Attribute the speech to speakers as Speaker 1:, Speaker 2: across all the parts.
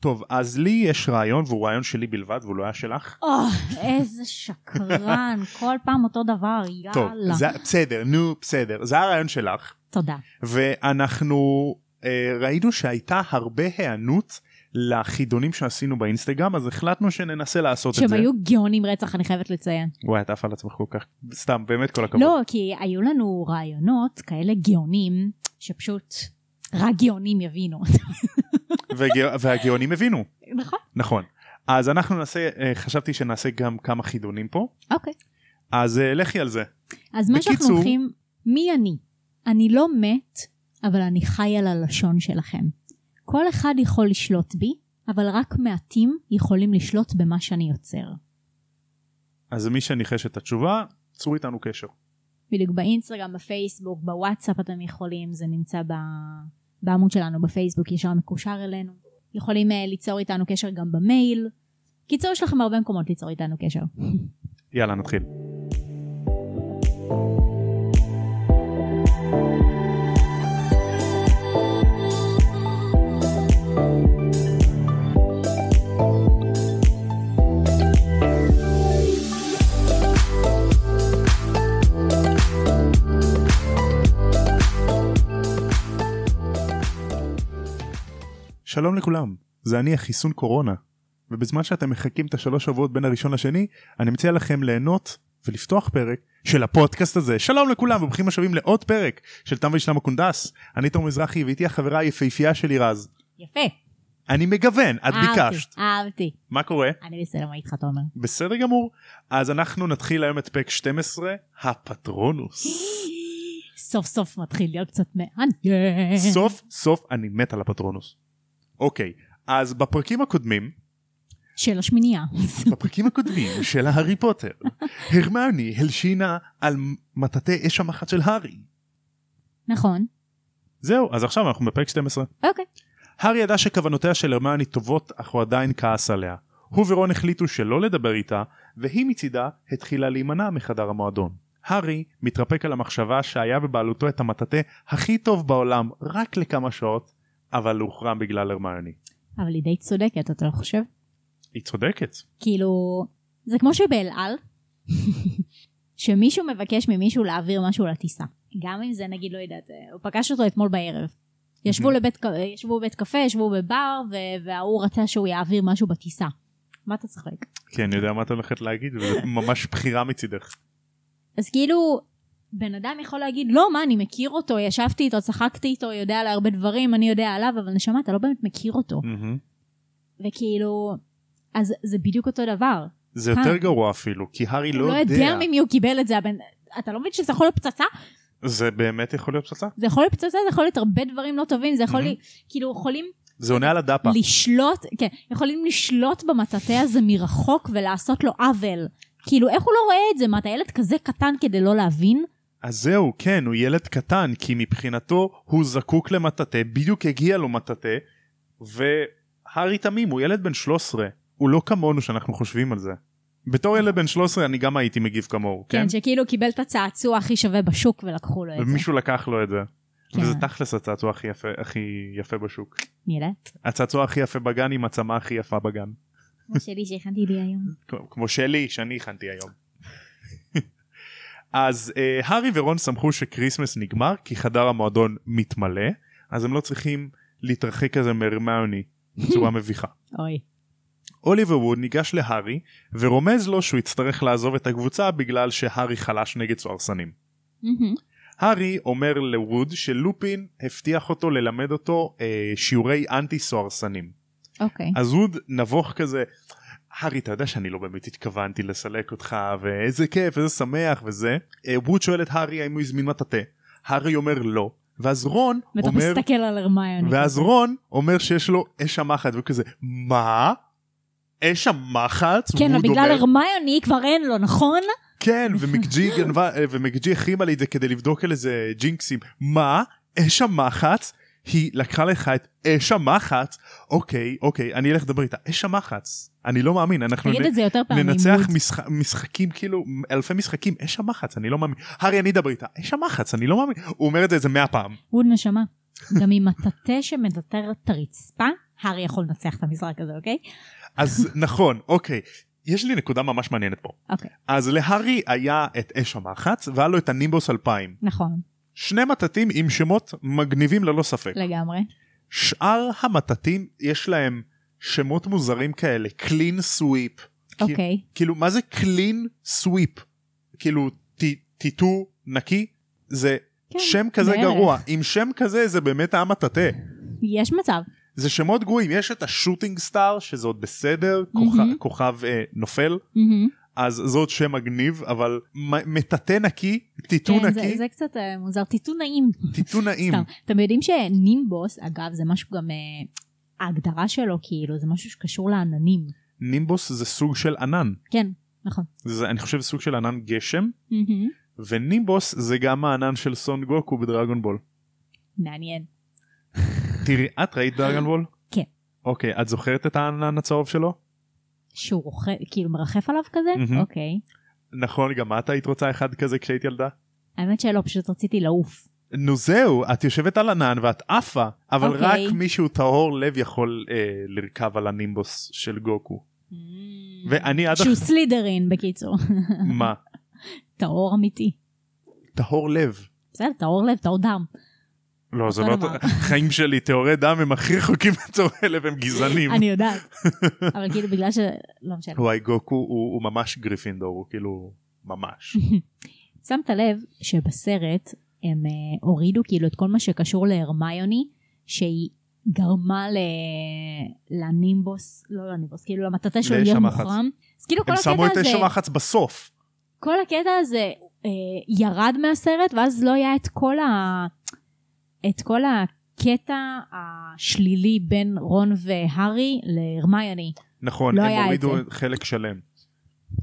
Speaker 1: טוב, אז לי יש רעיון, והוא רעיון שלי בלבד, והוא לא היה שלך.
Speaker 2: או, איזה שקרן, כל פעם אותו דבר, יאללה.
Speaker 1: טוב, זה, בסדר, נו, בסדר. זה הרעיון שלך,
Speaker 2: תודה.
Speaker 1: ואנחנו אה, ראינו שהייתה הרבה היענות לחידונים שעשינו באינסטגרם, אז החלטנו שננסה לעשות את
Speaker 2: שהם
Speaker 1: זה.
Speaker 2: היו גאונים רצח, אני חייבת לציין.
Speaker 1: וואי, את עפה על עצמך כל כך, לא סתם, באמת כל הכבוד.
Speaker 2: לא, כי היו לנו רעיונות כאלה גאונים, שפשוט רק גאונים יבינו.
Speaker 1: והגא- והגאונים הבינו,
Speaker 2: נכון.
Speaker 1: נכון. אז אנחנו נעשה, אה, חשבתי שנעשה גם כמה חידונים פה,
Speaker 2: אוקיי.
Speaker 1: אז אה, לכי על זה.
Speaker 2: אז מה שאנחנו
Speaker 1: בקיצור-
Speaker 2: הולכים, מי אני? אני לא מת, אבל אני חי על הלשון שלכם. כל אחד יכול לשלוט בי, אבל רק מעטים יכולים לשלוט במה שאני יוצר.
Speaker 1: אז מי שניחש את התשובה, צרו איתנו קשר.
Speaker 2: בדיוק באינסטגרם, בפייסבוק, בוואטסאפ אתם יכולים, זה נמצא ב... בעמוד שלנו בפייסבוק, ישר מקושר אלינו. יכולים אה, ליצור איתנו קשר גם במייל. קיצור, יש לכם הרבה מקומות ליצור איתנו קשר.
Speaker 1: יאללה, נתחיל. שלום לכולם, זה אני החיסון קורונה, ובזמן שאתם מחכים את השלוש שבועות בין הראשון לשני, אני מציע לכם ליהנות ולפתוח פרק של הפודקאסט הזה. שלום לכולם וברוכים השבים לעוד פרק של תם וישלם הקונדס. אני תום מזרחי ואיתי החברה היפהפייה שלי רז.
Speaker 2: יפה.
Speaker 1: אני מגוון,
Speaker 2: אה,
Speaker 1: את ביקשת.
Speaker 2: אהבתי, אהבתי.
Speaker 1: מה קורה?
Speaker 2: אני בסדר, מה איתך, תומר?
Speaker 1: בסדר גמור. אז אנחנו נתחיל היום את פרק 12, הפטרונוס.
Speaker 2: סוף סוף מתחיל להיות קצת מעניין.
Speaker 1: סוף סוף אני מת על הפטרונוס. אוקיי, אז בפרקים הקודמים,
Speaker 2: של השמינייה.
Speaker 1: בפרקים הקודמים של ההארי פוטר, הרמני הלשינה על מטאטי אש המחט של הארי.
Speaker 2: נכון.
Speaker 1: זהו, אז עכשיו אנחנו בפרק 12.
Speaker 2: אוקיי.
Speaker 1: הארי ידע שכוונותיה של הרמני טובות, אך הוא עדיין כעס עליה. הוא ורון החליטו שלא לדבר איתה, והיא מצידה התחילה להימנע מחדר המועדון. הארי מתרפק על המחשבה שהיה בבעלותו את המטאטה הכי טוב בעולם רק לכמה שעות, אבל הוחרם בגלל הרמני.
Speaker 2: אבל היא די צודקת, אתה לא חושב?
Speaker 1: היא צודקת.
Speaker 2: כאילו, זה כמו שבאל על, שמישהו מבקש ממישהו להעביר משהו לטיסה. גם אם זה נגיד, לא יודעת, אה, הוא פגש אותו אתמול בערב. ישבו,
Speaker 1: Mhm.
Speaker 2: לבית, ק- אה, ישבו בבית קפה, ישבו בבר, ו- וההוא רצה שהוא יעביר משהו בטיסה. מה אתה צוחק?
Speaker 1: כי אני יודע מה את הולכת להגיד, וזו ממש בחירה מצידך.
Speaker 2: אז כאילו, בן אדם יכול להגיד, לא, מה, אני מכיר אותו, ישבתי איתו, צחקתי איתו, יודע עליי הרבה דברים, אני יודע עליו, אבל נשמה, אתה לא באמת מכיר אותו.
Speaker 1: מהמם.
Speaker 2: וכאילו, אז זה בדיוק אותו דבר.
Speaker 1: זה
Speaker 2: אה.
Speaker 1: יותר גרוע אפילו, כי הארי
Speaker 2: אתה
Speaker 1: לא
Speaker 2: לא יודע ממי הוא קיבל את זה, הבן... אתה לא מבין שזה יכול להיות פצצה?
Speaker 1: זה באמת יכול להיות פצצה?
Speaker 2: זה יכול להיות פצצה, זה יכול להיות הרבה דברים לא טובים, זה יכול
Speaker 1: מהמם.
Speaker 2: להיות, כאילו יכולים
Speaker 1: זה עונה על הדאפה.
Speaker 2: לשלוט, כן, יכולים לשלוט במטאטא הזה מרחוק ולעשות לו עוול. כאילו, איך הוא לא רואה את זה? מה, אתה ילד כזה קטן כדי לא להבין?
Speaker 1: אז זהו, כן, הוא ילד קטן, כי מבחינתו הוא זקוק למטאטא, בדיוק הגיע לו מטאטא, והארי תמים, הוא ילד בן 13, הוא לא כמונו שאנחנו חושבים על זה. בתור ילד בן 13 אני גם הייתי מגיב כמוהו, כן?
Speaker 2: כן, שכאילו קיבל את הצעצוע הכי שווה בשוק ולקחו לו את זה.
Speaker 1: ומישהו לקח לו את זה.
Speaker 2: כן.
Speaker 1: וזה תכלס הצעצוע הכי יפה, הכי יפה בשוק.
Speaker 2: נראה.
Speaker 1: הצעצוע הכי יפה בגן עם הצמה הכי יפה בגן.
Speaker 2: כמו שלי שהכנתי לי היום.
Speaker 1: כמו- כמו שלי שאני הכנתי היום. אז אה, הארי ורון שמחו שכריסמס נגמר כי חדר המועדון מתמלא אז הם לא צריכים להתרחק כזה מהרמיוני בצורה מביכה.
Speaker 2: אוי.
Speaker 1: אוליבר ווד ניגש להארי ורומז לו שהוא יצטרך לעזוב את הקבוצה בגלל שהארי חלש נגד סוהרסנים.
Speaker 2: מהמם.
Speaker 1: הארי אומר לווד שלופין הבטיח אותו ללמד אותו אה, שיעורי אנטי סוהרסנים.
Speaker 2: אוקיי.
Speaker 1: אז ווד נבוך כזה, הארי אתה יודע שאני לא באמת התכוונתי לסלק אותך ואיזה כיף איזה שמח וזה. אה, ווד שואל את הארי האם הוא הזמין מטאטא. הארי אומר לא. ואז רון
Speaker 2: ואתה
Speaker 1: אומר,
Speaker 2: מסתכל על הרמיוני.
Speaker 1: ואז רון אומר שיש לו אש המחט וכזה מה? אש המחט?
Speaker 2: כן, אבל
Speaker 1: ווד
Speaker 2: בגלל
Speaker 1: אומר,
Speaker 2: הרמיוני כבר אין לו, נכון?
Speaker 1: כן ומקג'י גנבה אה, ומקג'י החרימה לי את זה כדי לבדוק על איזה ג'ינקסים. מה? אש המחץ? היא לקחה לך את אש המחץ? אוקיי אוקיי אני אלך לדבר איתה אש המחץ. אני לא מאמין אנחנו
Speaker 2: תגיד
Speaker 1: נ-
Speaker 2: את זה יותר פעמים.
Speaker 1: ננצח
Speaker 2: ווד.
Speaker 1: משח... משחקים כאילו אלפי משחקים אש המחץ אני לא מאמין. הארי אני אדבר איתה אש המחץ אני לא מאמין. הוא אומר את זה איזה מאה פעם.
Speaker 2: ווד נשמה. גם עם מטאטא שמדטר את הרצפה, הארי יכול לנצח את המשחק הזה, אוקיי?
Speaker 1: אז נכון, אוקיי. יש לי נקודה ממש מעניינת פה.
Speaker 2: אוקיי,
Speaker 1: אז להארי היה את אש המחץ והיה לו את הנימבוס 2000.
Speaker 2: נכון,
Speaker 1: שני מטטים עם שמות מגניבים ללא ספק.
Speaker 2: לגמרי.
Speaker 1: שאר המטטים יש להם שמות מוזרים כאלה, קלין סוויפ.
Speaker 2: אוקיי.
Speaker 1: כאילו מה זה קלין סוויפ? כאילו ט- טיטו נקי? זה
Speaker 2: כן,
Speaker 1: שם כזה
Speaker 2: בערך.
Speaker 1: גרוע. עם שם כזה זה באמת העם מטאטא.
Speaker 2: יש מצב.
Speaker 1: זה שמות גרועים, יש את השוטינג סטאר שזה עוד בסדר, כוכב,
Speaker 2: מהמם.
Speaker 1: כוכב אה, נופל,
Speaker 2: מהמם.
Speaker 1: אז זה עוד שם מגניב, אבל מ- מטאטא נקי, טיטו
Speaker 2: כן, זה-
Speaker 1: נקי,
Speaker 2: זה קצת אה, מוזר. טיטו נעים.
Speaker 1: טיטו נעים.
Speaker 2: סתם. אתם יודעים שנימבוס, אגב, זה משהו גם... אה, ההגדרה שלו, כאילו, זה משהו שקשור לעננים.
Speaker 1: נימבוס זה סוג של ענן,
Speaker 2: כן, נכון.
Speaker 1: זה, אני חושב סוג של ענן גשם,
Speaker 2: מהמם.
Speaker 1: ונימבוס זה גם הענן של סון גוקו בדרגון בול.
Speaker 2: מעניין.
Speaker 1: תראי, את ראית דרגון בול?
Speaker 2: כן.
Speaker 1: אוקיי, את זוכרת את הענן הצהוב שלו?
Speaker 2: שהוא רוכב, כאילו מרחף עליו כזה?
Speaker 1: מהמם.
Speaker 2: אוקיי.
Speaker 1: נכון, גם את היית רוצה אחד כזה כשהיית ילדה?
Speaker 2: האמת שלא, פשוט רציתי לעוף.
Speaker 1: נו זהו, את יושבת על ענן ואת עפה, אבל okay.
Speaker 2: אוקיי.
Speaker 1: רק מישהו טהור לב יכול אה, לרכב על הנימבוס של גוקו. ואני עד
Speaker 2: שהוא
Speaker 1: עכשיו...
Speaker 2: סלידרין בקיצור,
Speaker 1: מה?
Speaker 2: טהור אמיתי.
Speaker 1: טהור לב.
Speaker 2: בסדר, טהור לב, טהור דם.
Speaker 1: לא, זה
Speaker 2: אותו
Speaker 1: לא...
Speaker 2: דבר.
Speaker 1: חיים שלי, טהורי דם הם הכי רחוקים מהטהורי לב, הם גזענים.
Speaker 2: אני יודעת. אבל כאילו בגלל ש... לא משנה.
Speaker 1: וואי, גוקו הוא, הוא ממש גריפינדור, הוא כאילו... ממש.
Speaker 2: שמת לב שבסרט הם אה, הורידו כאילו את כל מה שקשור להרמיוני, שהיא גרמה ל... לנימבוס, לא לנימבוס, כאילו למטאטה שלו
Speaker 1: לאש
Speaker 2: להיות
Speaker 1: המחץ.
Speaker 2: מוחרם. אז כאילו כל
Speaker 1: הם
Speaker 2: הקטע
Speaker 1: שמו את אש
Speaker 2: הזה,
Speaker 1: המחץ בסוף.
Speaker 2: כל הקטע הזה אה, ירד מהסרט, ואז לא היה את כל ה... את כל הקטע השלילי בין רון והארי להרמיוני.
Speaker 1: נכון,
Speaker 2: לא
Speaker 1: הם
Speaker 2: היה את
Speaker 1: הורידו
Speaker 2: זה.
Speaker 1: חלק שלם.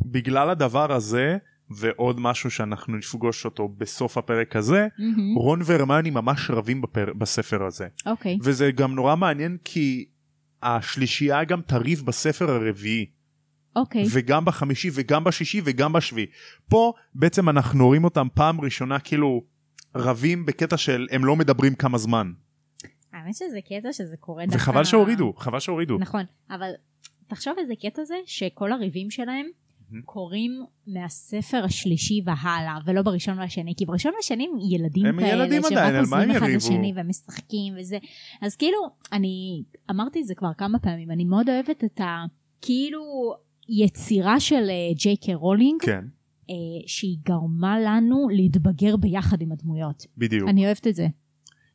Speaker 1: בגלל הדבר הזה, ועוד משהו שאנחנו נפגוש אותו בסוף הפרק הזה, רון והרמיוני ממש רבים בפר... בספר הזה
Speaker 2: אוקיי.
Speaker 1: וזה גם נורא מעניין כי השלישייה גם תריב בספר הרביעי
Speaker 2: אוקיי.
Speaker 1: וגם בחמישי וגם בשישי וגם בשביעי פה בעצם אנחנו רואים אותם פעם ראשונה כאילו רבים בקטע של הם לא מדברים כמה זמן
Speaker 2: האמת שזה קטע שזה קורה דווקא...
Speaker 1: וחבל שהורידו חבל שהורידו
Speaker 2: נכון, אבל תחשוב איזה קטע זה שכל הריבים שלהם
Speaker 1: Mhm.
Speaker 2: קורים מהספר השלישי והלאה, ולא בראשון והשני, כי בראשון והשני הם ילדים
Speaker 1: הם
Speaker 2: כאלה,
Speaker 1: ילדים
Speaker 2: שרק
Speaker 1: עדיין, על מה
Speaker 2: עוזרים
Speaker 1: הם
Speaker 2: אחד
Speaker 1: יריבו?
Speaker 2: לשני ומשחקים וזה. אז כאילו, אני אמרתי את זה כבר כמה פעמים, אני מאוד אוהבת את ה... כאילו... יצירה של אה, ג'יי קיי רולינג
Speaker 1: כן
Speaker 2: אה, שהיא גרמה לנו להתבגר ביחד עם הדמויות.
Speaker 1: בדיוק
Speaker 2: אני אוהבת את זה.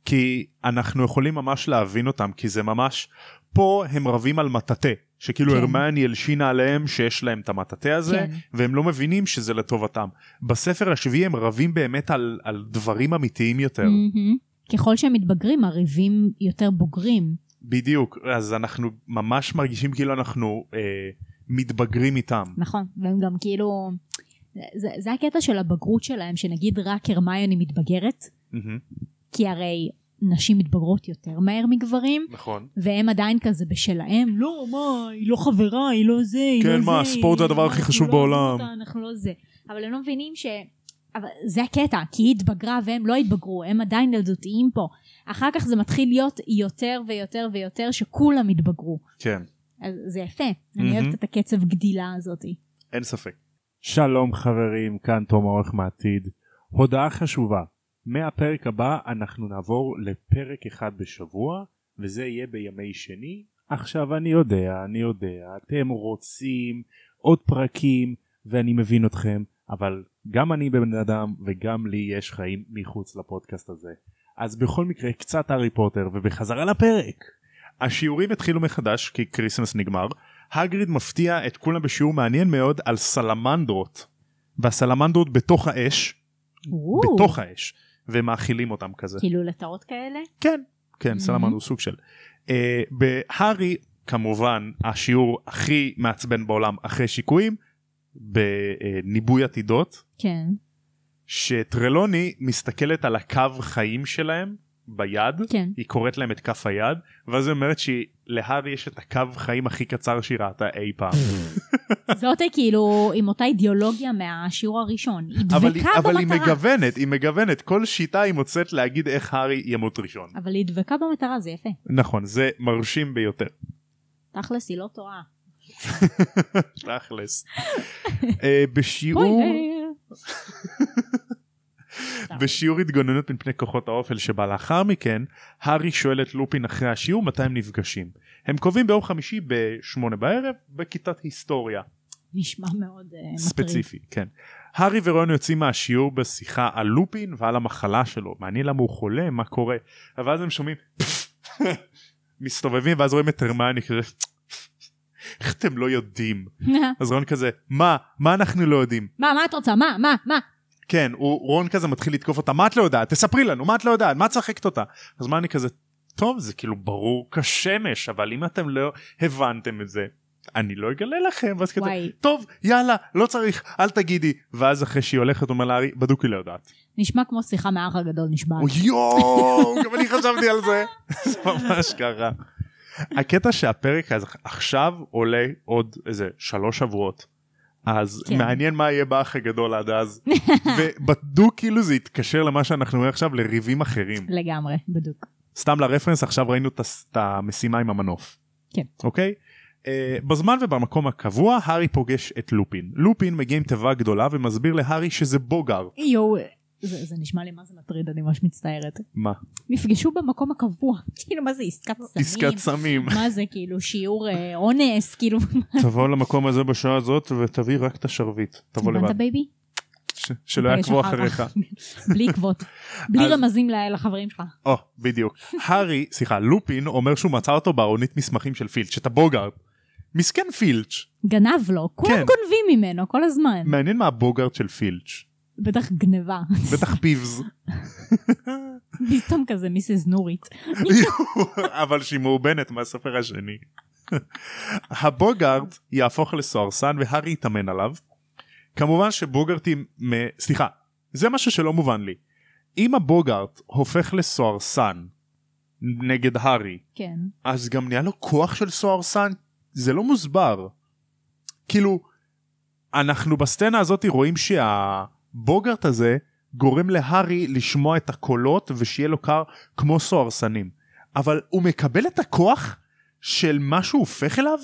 Speaker 1: כי אנחנו יכולים ממש להבין אותם כי זה ממש פה הם רבים על מטאטא שכאילו
Speaker 2: כן.
Speaker 1: הרמיוני הלשינה עליהם שיש להם את המטאטא הזה
Speaker 2: כן.
Speaker 1: והם לא מבינים שזה לטובתם. בספר השביעי הם רבים באמת על, על דברים אמיתיים יותר. Mm.
Speaker 2: מהמם. ככל שהם מתבגרים הריבים יותר בוגרים.
Speaker 1: בדיוק, אז אנחנו ממש מרגישים כאילו אנחנו אה, מתבגרים איתם.
Speaker 2: נכון, והם גם כאילו... זה, זה הקטע של הבגרות שלהם, שנגיד רק הרמיוני מתבגרת,
Speaker 1: מהמם,
Speaker 2: כי הרי נשים מתבגרות יותר מהר מגברים,
Speaker 1: נכון.
Speaker 2: והם עדיין כזה בשלהם, לא, מה, היא לא חברה, היא לא זה, היא
Speaker 1: כן,
Speaker 2: לא זה.
Speaker 1: מה, הספורט זה הדבר
Speaker 2: היא-
Speaker 1: הכי
Speaker 2: אנחנו
Speaker 1: חשוב
Speaker 2: לא
Speaker 1: בעולם."
Speaker 2: אוהבים אותה, אנחנו לא זה. אבל הם לא מבינים ש... אבל זה הקטע, כי היא התבגרה והם לא התבגרו, הם עדיין ילדותיים פה. אחר כך זה מתחיל להיות יותר ויותר ויותר שכולם התבגרו.
Speaker 1: כן,
Speaker 2: אז זה יפה,
Speaker 1: מהמם.
Speaker 2: אני אוהבת את הקצב גדילה הזאתי.
Speaker 1: אין ספק.
Speaker 3: שלום חברים, כאן תום האורך מהעתיד. הודעה חשובה, מהפרק הבא אנחנו נעבור לפרק אחד בשבוע, וזה יהיה בימי שני. עכשיו אני יודע, אני יודע, אתם רוצים עוד פרקים, ואני מבין אתכם, אבל גם אני בן אדם וגם לי יש חיים מחוץ לפודקאסט הזה. אז בכל מקרה, קצת הארי פוטר, ובחזרה לפרק.
Speaker 1: השיעורים התחילו מחדש כי כריסמס נגמר. הגריד מפתיע את כולם בשיעור מעניין מאוד על סלמנדרות. והסלמנדרות בתוך האש, בתוך האש, ומאכילים אותם כזה.
Speaker 2: כאילו לטאות כאלה?
Speaker 1: כן, כן,
Speaker 2: Mhm.
Speaker 1: סלמנד הוא סוג של. אה, בהארי, כמובן, השיעור הכי מעצבן בעולם אחרי שיקויים, בניבוי עתידות,
Speaker 2: כן.
Speaker 1: שטרלוני מסתכלת על הקו חיים שלהם, ביד,
Speaker 2: כן.
Speaker 1: היא קוראת להם את כף היד, ואז היא אומרת שלהארי יש את הקו חיים הכי קצר שהיא ראתה אי פעם.
Speaker 2: זאת כאילו עם אותה אידיאולוגיה מהשיעור הראשון. היא דבקה
Speaker 1: אבל, היא,
Speaker 2: במטרה.
Speaker 1: אבל היא מגוונת, היא מגוונת, כל שיטה היא מוצאת להגיד איך הארי ימות ראשון.
Speaker 2: אבל היא דבקה במטרה, זה יפה.
Speaker 1: נכון, זה מרשים ביותר.
Speaker 2: תכלס, היא לא טועה.
Speaker 1: תכלס. אה, בשיעור...
Speaker 2: אה,
Speaker 1: בשיעור התגוננות מפני כוחות האופל שבא לאחר מכן, הארי שואל את לופין אחרי השיעור מתי הם נפגשים. הם קובעים ביום חמישי בשמונה בערב בכיתת היסטוריה.
Speaker 2: נשמע מאוד אה, מטריד.
Speaker 1: ספציפי, כן. הארי ורון יוצאים מהשיעור בשיחה על לופין ועל המחלה שלו. מעניין למה הוא חולה, מה קורה. אבל אז הם שומעים מסתובבים ואז רואים את הרמני כזה איך אתם לא יודעים. אז רון כזה מה מה אנחנו לא יודעים.
Speaker 2: מה, מה את רוצה? מה, מה, מה?
Speaker 1: כן, הוא, רון כזה מתחיל לתקוף אותה, מה את לא יודעת? תספרי לנו, מה את לא יודעת? מה את צחקת אותה? אז מה אני כזה, טוב, זה כאילו ברור כשמש, אבל אם אתם לא הבנתם את זה, אני לא אגלה לכם. ואז כזה,
Speaker 2: וואי.
Speaker 1: טוב, יאללה, לא צריך, אל תגידי. ואז אחרי שהיא הולכת, אומר לה הארי, בדוק היא לא יודעת.
Speaker 2: נשמע כמו שיחה מהאח הגדול נשבע.
Speaker 1: הוא, יואו, גם אני חשבתי על זה. זה ממש ככה. הקטע שהפרק הזה עכשיו עולה עוד איזה שלוש שבועות. אז
Speaker 2: כן.
Speaker 1: כן. מעניין מה יהיה באח הגדול עד אז ובדוק כאילו זה יתקשר למה שאנחנו רואים עכשיו לריבים אחרים
Speaker 2: לגמרי, בדוק.
Speaker 1: סתם לרפרנס עכשיו ראינו את הס- את המשימה עם המנוף.
Speaker 2: כן.
Speaker 1: אוקיי? אה, בזמן ובמקום הקבוע הארי פוגש את לופין לופין מגיע עם תיבה גדולה ומסביר להארי שזה בוגר
Speaker 2: יואו, זה זה נשמע לי מה זה מטריד, אני ממש מצטערת.
Speaker 1: מה
Speaker 2: נפגשו במקום הקבוע. כאילו, מה זה עסקת סמים?
Speaker 1: עסקת סמים
Speaker 2: מה זה, כאילו, שיעור אה, אונס, כאילו,
Speaker 1: תבוא למקום הזה בשעה הזאת ותביא רק את השרביט תבוא לבד
Speaker 2: הבנת בייבי?
Speaker 1: ש- שלא יעקבו אחריך.
Speaker 2: בלי עקבות. בלי
Speaker 1: אז-
Speaker 2: רמזים ל- לחברים שלך.
Speaker 1: או, בדיוק. הארי, סליחה, לופין אומר שהוא מצא אותו בארונית מסמכים של פילץ', את הבוגארד. מסכן פילץ',
Speaker 2: גנב לו, כולם
Speaker 1: כן.
Speaker 2: גונבים ממנו כל הזמן.
Speaker 1: מעניין מה הבוגארד של פילץ',
Speaker 2: בטח גנבה.
Speaker 1: בטח פיבס,
Speaker 2: פתאום כזה מיסס נורית.
Speaker 1: אבל שהיא מאובנת מהספר השני. הבוגארד יהפוך לסוהרסן והארי יתאמן עליו. כמובן שבוגארטים, מ- סליחה, זה משהו שלא מובן לי. אם הבוגארט הופך לסוהרסן נגד הארי,
Speaker 2: כן.
Speaker 1: אז גם נהיה לו כוח של סוהרסן זה לא מוסבר כאילו אנחנו בסצנה הזאת רואים שהבוגרט הזה גורם להארי לשמוע את הקולות ושיהיה לו קר כמו סוהרסנים אבל הוא מקבל את הכוח של מה שהוא הופך אליו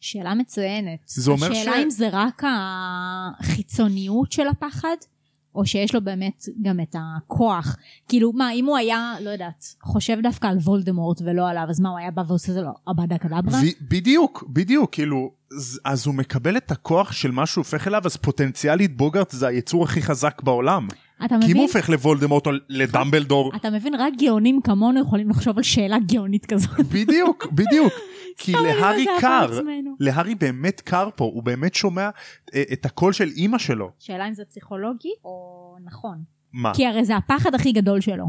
Speaker 2: שאלה מצוינת.
Speaker 1: זה אומר
Speaker 2: השאלה
Speaker 1: ש-
Speaker 2: אם זה רק החיצוניות של הפחד, או שיש לו באמת גם את הכוח. כאילו, מה, אם הוא היה, לא יודעת, חושב דווקא על וולדמורט ולא עליו, אז מה, הוא היה בא ועושה זה לו עבדה קדברה?
Speaker 1: ו- בדיוק בדיוק כאילו ז- אז הוא מקבל את הכוח של מה שהוא הופך אליו אז פוטנציאלית בוגרט זה היצור הכי חזק בעולם
Speaker 2: אתה
Speaker 1: כי אם הוא
Speaker 2: מבין?
Speaker 1: הופך לוולדמורט או לדמבלדור
Speaker 2: אתה מבין? רק גאונים כמונו יכולים לחשוב על שאלה גאונית כזאת.
Speaker 1: בדיוק בדיוק כי
Speaker 2: סתם אני
Speaker 1: להארי
Speaker 2: מזהה את
Speaker 1: קר
Speaker 2: עצמנו.
Speaker 1: להארי באמת קר פה הוא באמת שומע אה, את הקול של אימא שלו
Speaker 2: שאלה אם זה פסיכולוגי או נכון.
Speaker 1: מה
Speaker 2: כי הרי זה הפחד הכי גדול שלו.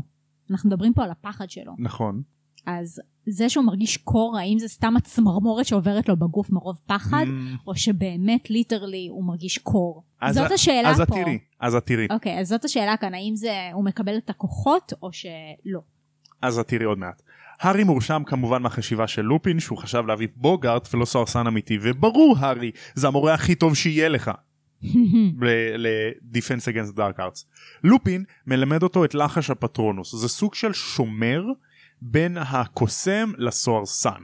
Speaker 2: אנחנו מדברים פה על הפחד שלו.
Speaker 1: נכון
Speaker 2: אז זה שהוא מרגיש קור, האם זה סתם הצמרמורת שעוברת לו בגוף מרוב פחד,
Speaker 1: Mm,
Speaker 2: או שבאמת ליטרלי הוא מרגיש קור?
Speaker 1: אז
Speaker 2: זאת
Speaker 1: ה-
Speaker 2: השאלה
Speaker 1: אז
Speaker 2: פה.
Speaker 1: את תראי אז את תראי
Speaker 2: אוקיי, אז זאת השאלה כאן, האם זה, הוא מקבל את הכוחות או שלא?
Speaker 1: אז את תראי עוד מעט. הארי מורשם כמובן מהחשיבה של לופין שהוא חשב להביא בוגארט ולא סוהרסן אמיתי וברור הארי זה המורה הכי טוב שיהיה לך ל-Defense Against Dark Arts. לופין מלמד אותו את לחש הפטרונוס זה סוג של שומר בין הקוסם לסוהרסן.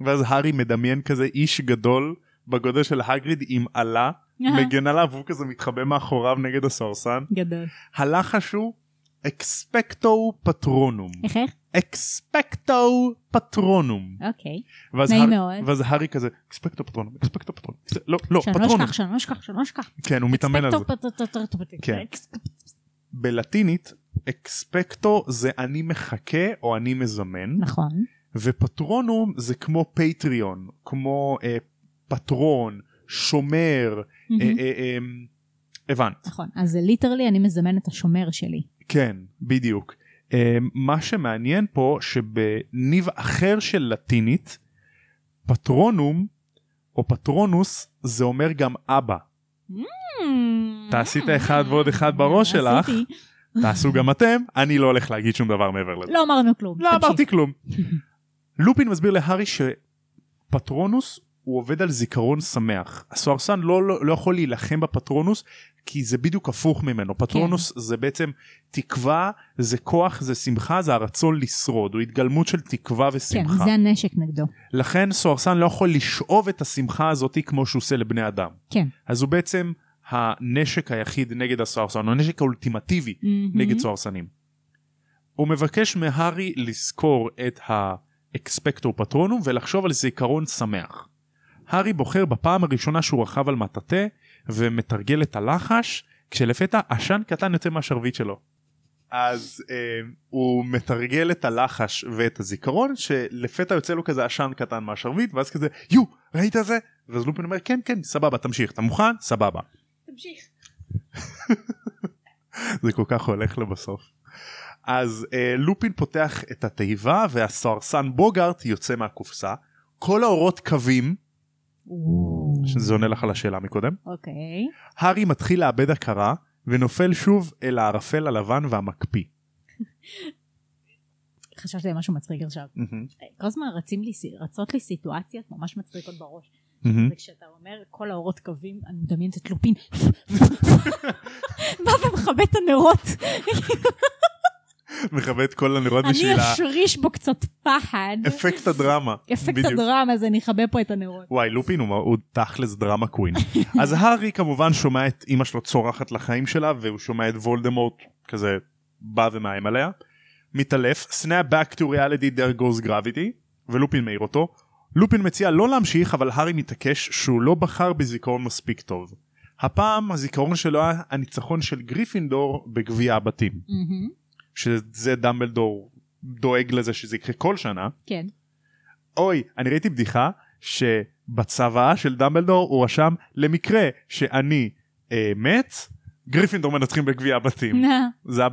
Speaker 1: ואז הארי מדמיין כזה איש גדול בגודל של הגריד עם עלה מגן עליו והוא כזה מתחבא מאחוריו נגד הסוהרסן.
Speaker 2: גדול.
Speaker 1: הלחש הוא אקספקטו פטרונום.
Speaker 2: איך איך?
Speaker 1: אקספקטו פטרונום.
Speaker 2: אוקיי.
Speaker 1: ואז
Speaker 2: נעים
Speaker 1: הארי-
Speaker 2: מאוד.
Speaker 1: ואז הארי כזה אקספקטו פטרונום אקספקטו פטרונום. לא לא
Speaker 2: שאני לא
Speaker 1: פטרונום.
Speaker 2: אשכח, שאני לא אשכח, שאני לא אשכח.
Speaker 1: כן הוא מתאמן על זה. כן.
Speaker 2: כן.
Speaker 1: בלטינית אקספקטו זה אני מחכה או אני מזמן
Speaker 2: נכון.
Speaker 1: ופטרונום זה כמו פטריון כמו אה, פטרון שומר אה, אה, אה, הבנת
Speaker 2: Mm-hmm. נכון. אז זה ליטרלי, אני מזמן את השומר שלי.
Speaker 1: כן בדיוק אה, מה שמעניין פה שבניב אחר של לטינית פטרונום או פטרונוס זה אומר גם אבא תעשי את האחד ועוד אחד בראש שלך.
Speaker 2: אה, עשיתי.
Speaker 1: תעשו גם אתם, אני לא הולך להגיד שום דבר מעבר לזה.
Speaker 2: לא אמרנו כלום.
Speaker 1: לא
Speaker 2: תמשיך.
Speaker 1: אמרתי כלום. לופין מסביר להארי שפטרונוס הוא עובד על זיכרון שמח. הסוהרסן לא, לא, לא יכול להילחם בפטרונוס כי זה בדיוק הפוך ממנו. פטרונוס
Speaker 2: כן.
Speaker 1: זה בעצם תקווה, זה כוח, זה שמחה, זה הרצון לשרוד. הוא התגלמות של תקווה
Speaker 2: כן,
Speaker 1: ושמחה.
Speaker 2: זה הנשק נגדו.
Speaker 1: לכן סוהרסן לא יכול לשאוב את השמחה הזאת כמו שהוא עושה לבני אדם.
Speaker 2: כן.
Speaker 1: אז הוא בעצם הנשק היחיד נגד הסוהרסן, הוא הנשק האולטימטיבי
Speaker 2: Mm-hmm.
Speaker 1: נגד סוהרסנים. הוא מבקש מהארי לזכור את האקספקטור פטרונום ולחשוב על זיכרון שמח. הארי בוחר בפעם הראשונה שהוא רכב על מטאטא ומתרגל את הלחש כשלפתע עשן קטן יוצא מהשרביט שלו. אז אה, הוא מתרגל את הלחש ואת הזיכרון שלפתע יוצא לו כזה עשן קטן מהשרביט ואז כזה יו ראית זה? ואז לופין אומר כן כן סבבה תמשיך אתה מוכן סבבה.
Speaker 2: תמשיך.
Speaker 1: זה כל כך הולך לבסוף. אז אה, לופין פותח את התיבה והסוהרסן בוגארט יוצא מהקופסה כל האורות קווים שזה עונה לך על השאלה מקודם
Speaker 2: אוקיי.
Speaker 1: הארי מתחיל לאבד הכרה ונופל שוב אל הערפל הלבן והמקפיא.
Speaker 2: חשבתי על משהו מצחיק עכשיו. אה, כל הזמן רצים לי, ס- רצות לי סיטואציות ממש מצחיקות בראש.
Speaker 1: Mm-hmm.
Speaker 2: זה כשאתה אומר כל האורות קווים, אני מדמיינת את לופין. בא ומכבה את הנרות.
Speaker 1: מכבה את כל הנרות
Speaker 2: אני
Speaker 1: בשביל
Speaker 2: אשריש בו קצת פחד.
Speaker 1: האפקט הדרמה.
Speaker 2: אפקט
Speaker 1: בדיוק.
Speaker 2: הדרמה הזה, אני אכבה פה את הנרות.
Speaker 1: וואי לופין הוא, הוא תכלס דרמה קווין. אז הארי כמובן שומע את אימא שלו צורחת לחיים שלה והוא שומע את וולדמורט כזה בא ומאיים עליה. מתעלף, snap back to reality there goes gravity ולופין מעיר אותו. לופין מציע לא להמשיך אבל הארי מתעקש שהוא לא בחר בזיכרון מספיק טוב. הפעם הזיכרון שלו היה הניצחון של גריפינדור בגביע הבתים.
Speaker 2: מהמם.
Speaker 1: שזה דמבלדור דואג לזה שזה יקרה כל שנה.
Speaker 2: כן.
Speaker 1: אוי, אני ראיתי בדיחה שבצוואה של דמבלדור הוא רשם למקרה שאני אה, מת, גריפינדור מנצחים בגביע הבתים.
Speaker 2: נה,
Speaker 1: זה היה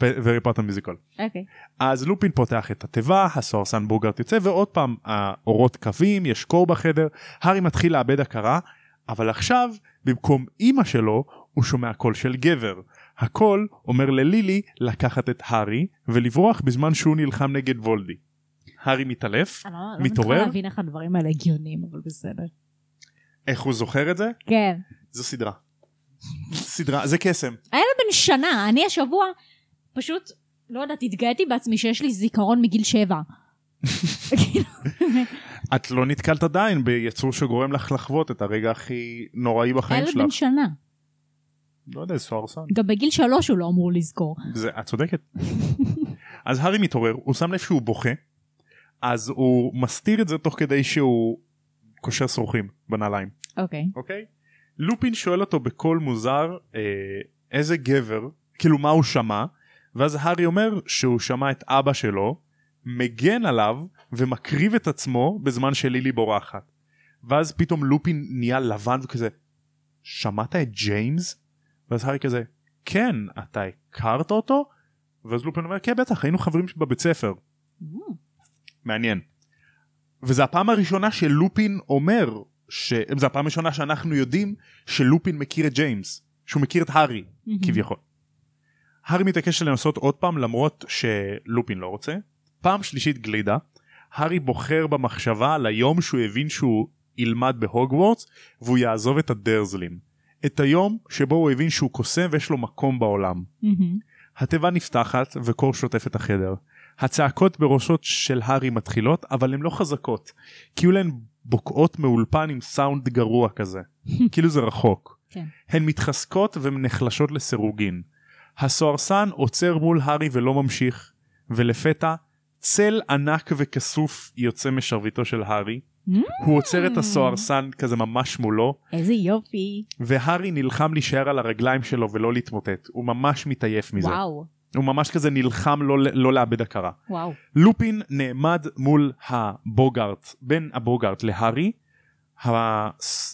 Speaker 1: בוורי פוטר מיוזיקול.
Speaker 2: אוקיי.
Speaker 1: אז לופין פותח את התיבה, הסוהרסן בוגרט יוצא, ועוד פעם האורות קווים, יש קור בחדר, הארי מתחיל לאבד הכרה, אבל עכשיו, במקום אימא שלו, הוא שומע קול של גבר. הקול אומר ללילי לקחת את הארי ולברוח בזמן שהוא נלחם נגד וולדי. הארי מתעלף,
Speaker 2: אני לא- לא
Speaker 1: מתעורר?
Speaker 2: מצליחה להבין איך הדברים האלה הגיוניים, אבל בסדר.
Speaker 1: איך הוא זוכר את זה?
Speaker 2: כן.
Speaker 1: זו סדרה. סדרה, זה קסם.
Speaker 2: הילד בן שנה, אני השבוע פשוט, לא יודעת, התגאיתי בעצמי שיש לי זיכרון מגיל שבע. כאילו,
Speaker 1: את לא נתקלת עדיין ביצור שגורם לך לחוות את הרגע הכי נוראי בחיים
Speaker 2: הילד בן
Speaker 1: שלך.
Speaker 2: שנה.
Speaker 1: לא יודע, סוהרסן.
Speaker 2: גם בגיל שלוש הוא לא אמור לזכור.
Speaker 1: זה, את צודקת. אז הארי מתעורר, הוא שם לב שהוא בוכה, אז הוא מסתיר את זה תוך כדי שהוא קושר שרוכים בנעליים,
Speaker 2: אוקיי.
Speaker 1: אוקיי? לופין שואל אותו בקול מוזר אה, איזה גבר, כאילו מה הוא שמע, ואז הארי אומר שהוא שמע את אבא שלו, מגן עליו ומקריב את עצמו בזמן שלילי בורחת. ואז פתאום לופין נהיה לבן וכזה, שמעת את ג'יימס? ואז הארי כזה, כן, אתה הכרת אותו? ואז לופין אומר, כן בטח, היינו חברים בבית ספר.
Speaker 2: Mm.
Speaker 1: מעניין. וזה הפעם הראשונה שלופין אומר, ש... זה הפעם הראשונה שאנחנו יודעים שלופין מכיר את ג'יימס, שהוא מכיר את הארי כביכול. הארי מתעקש לנסות עוד פעם למרות שלופין לא רוצה. פעם שלישית גלידה, הארי בוחר במחשבה על היום שהוא הבין שהוא ילמד בהוגוורטס והוא יעזוב את הדרזלים. את היום שבו הוא הבין שהוא קוסם ויש לו מקום בעולם.
Speaker 2: מהמם.
Speaker 1: התיבה נפתחת וקור שוטף את החדר. הצעקות בראשות של הארי מתחילות אבל הן לא חזקות. כאילו הן בוקעות מאולפן עם סאונד גרוע כזה. כאילו זה רחוק.
Speaker 2: כן.
Speaker 1: הן מתחזקות ונחלשות לסירוגין. הסוהרסן עוצר מול הארי ולא ממשיך, ולפתע צל ענק וכסוף יוצא משרביטו של הארי.
Speaker 2: Mm.
Speaker 1: הוא עוצר את הסוהרסן כזה ממש מולו,
Speaker 2: איזה יופי.
Speaker 1: והארי נלחם להישאר על הרגליים שלו ולא להתמוטט. הוא ממש מתעייף מזה.
Speaker 2: וואו.
Speaker 1: הוא ממש כזה נלחם לא, לא לאבד הכרה.
Speaker 2: וואו.
Speaker 1: לופין נעמד מול הבוגארט, בין הבוגארט להארי. ה-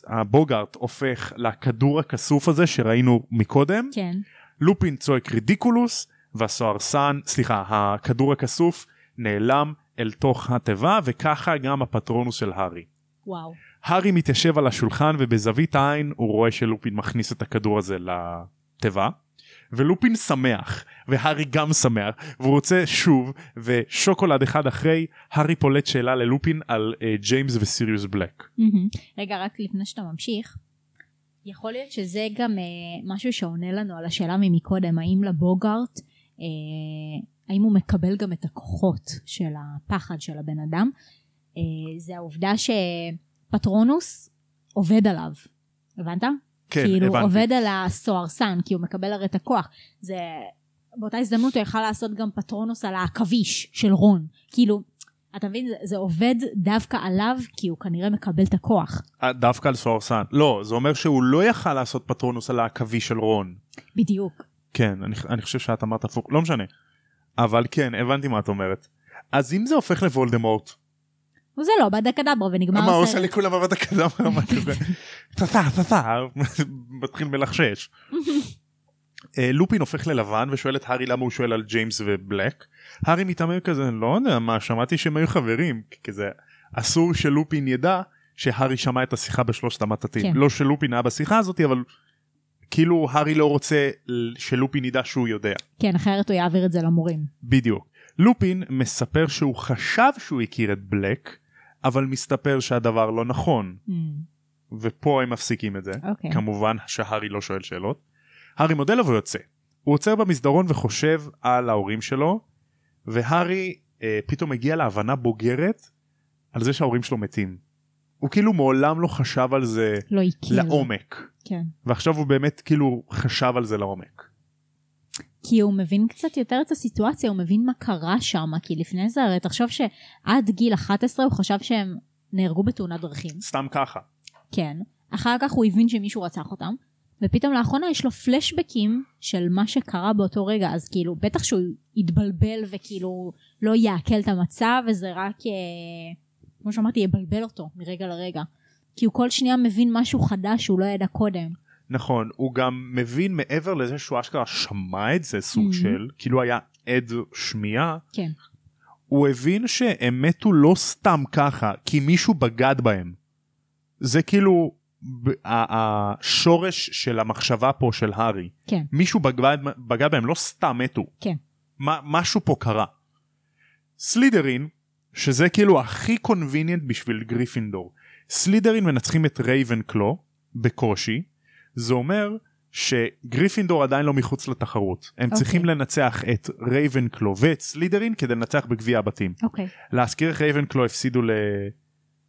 Speaker 1: הבוגארט הופך לכדור הכסוף הזה שראינו מקודם.
Speaker 2: כן.
Speaker 1: לופין צועק רידיקולוס, והסוהרסן, סליחה, הכדור הכסוף נעלם אל תוך התיבה, וככה גם הפטרונוס של הארי.
Speaker 2: וואו.
Speaker 1: הארי מתיישב על השולחן ובזווית העין הוא רואה שלופין מכניס את הכדור הזה לתיבה. ולופין שמח והארי גם שמח והוא רוצה שוב ושוקולד אחד אחרי הארי פולט שאלה ללופין על אה, ג'יימס וסיריוס בלק.
Speaker 2: מהמם. רגע, רק לפני שאתה ממשיך, יכול להיות שזה גם אה, משהו שעונה לנו על השאלה ממקודם, האם לבוגארט, אה, האם הוא מקבל גם את הכוחות של הפחד של הבן אדם, אה, זה העובדה שפטרונוס עובד עליו, הבנת?
Speaker 1: כן
Speaker 2: כאילו
Speaker 1: הבנתי.
Speaker 2: עובד על הסוהרסן, כי הוא מקבל הרי את הכוח. זה... באותה הזדמנות הוא יכל לעשות גם פטרונוס על העכביש של רון. כאילו, אתה מבין? זה, זה עובד דווקא עליו, כי הוא כנראה מקבל את הכוח.
Speaker 1: אה, דווקא על סוהרסן. לא זה אומר שהוא לא יכל לעשות פטרונוס על העכביש של רון.
Speaker 2: בדיוק.
Speaker 1: כן אני, אני חושב שאת אמרת הפוך לא משנה. אבל כן הבנתי מה את אומרת. אז אם זה הופך לוולדמורט
Speaker 2: וזה לא, בדקדברה ונגמר
Speaker 1: מה
Speaker 2: הסרט.
Speaker 1: עושה לכולם עבד הקדם מה כזה טאטה טאטה מתחיל מלחשש. אה, לופין הופך ללבן ושואל את הארי למה הוא שואל על ג'יימס ובלק. הארי מתעמר כזה לא יודע מה שמעתי שהם היו חברים כזה אסור שלופין ידע שהארי שמע את השיחה בשלושת המטאטים
Speaker 2: כן.
Speaker 1: לא שלופין היה בשיחה הזאת אבל כאילו הארי לא רוצה שלופין ידע שהוא יודע.
Speaker 2: כן, אחרת הוא יעביר את זה למורים.
Speaker 1: בדיוק. לופין מספר שהוא חשב שהוא הכיר את בלק אבל מסתבר שהדבר לא נכון
Speaker 2: Mm,
Speaker 1: ופה הם מפסיקים את זה.
Speaker 2: אוקיי.
Speaker 1: כמובן שהארי לא שואל שאלות. הארי מודה לו ויוצא. הוא עוצר במסדרון וחושב על ההורים שלו, והארי אה, פתאום מגיע להבנה בוגרת על זה שההורים שלו מתים. הוא כאילו מעולם לא חשב על זה
Speaker 2: לא הכיר.
Speaker 1: לעומק,
Speaker 2: כן.
Speaker 1: ועכשיו הוא באמת כאילו חשב על זה לעומק.
Speaker 2: כי הוא מבין קצת יותר את הסיטואציה, הוא מבין מה קרה שם, כי לפני זה הרי תחשוב שעד גיל 11 הוא חשב שהם נהרגו בתאונת דרכים.
Speaker 1: סתם ככה.
Speaker 2: כן. אחר כך הוא הבין שמישהו רצח אותם, ופתאום לאחרונה יש לו פלשבקים של מה שקרה באותו רגע, אז כאילו, בטח שהוא יתבלבל וכאילו לא יעכל את המצב, וזה רק, אה, כמו שאמרתי, יבלבל אותו מרגע לרגע. כי הוא כל שנייה מבין משהו חדש שהוא לא ידע קודם.
Speaker 1: נכון, הוא גם מבין מעבר לזה שהוא אשכרה שמע את זה סוג
Speaker 2: Mhm.
Speaker 1: של, כאילו היה עד שמיעה,
Speaker 2: כן.
Speaker 1: הוא הבין שהם מתו לא סתם ככה, כי מישהו בגד בהם. זה כאילו ב- ה- השורש של המחשבה פה של הארי.
Speaker 2: כן.
Speaker 1: מישהו בגד, בגד בהם, לא סתם מתו.
Speaker 2: כן.
Speaker 1: מה, משהו פה קרה. סלידרין, שזה כאילו הכי קונביניאנט בשביל גריפינדור. סלידרין מנצחים את רייבנקלו, בקושי. זה אומר שגריפינדור עדיין לא מחוץ לתחרות. הם okay.
Speaker 2: אוקיי.
Speaker 1: צריכים לנצח את רייבנקלו ואת סלידרין כדי לנצח בגביע הבתים.
Speaker 2: אוקיי.
Speaker 1: להזכיר איך רייבנקלו הפסידו ל...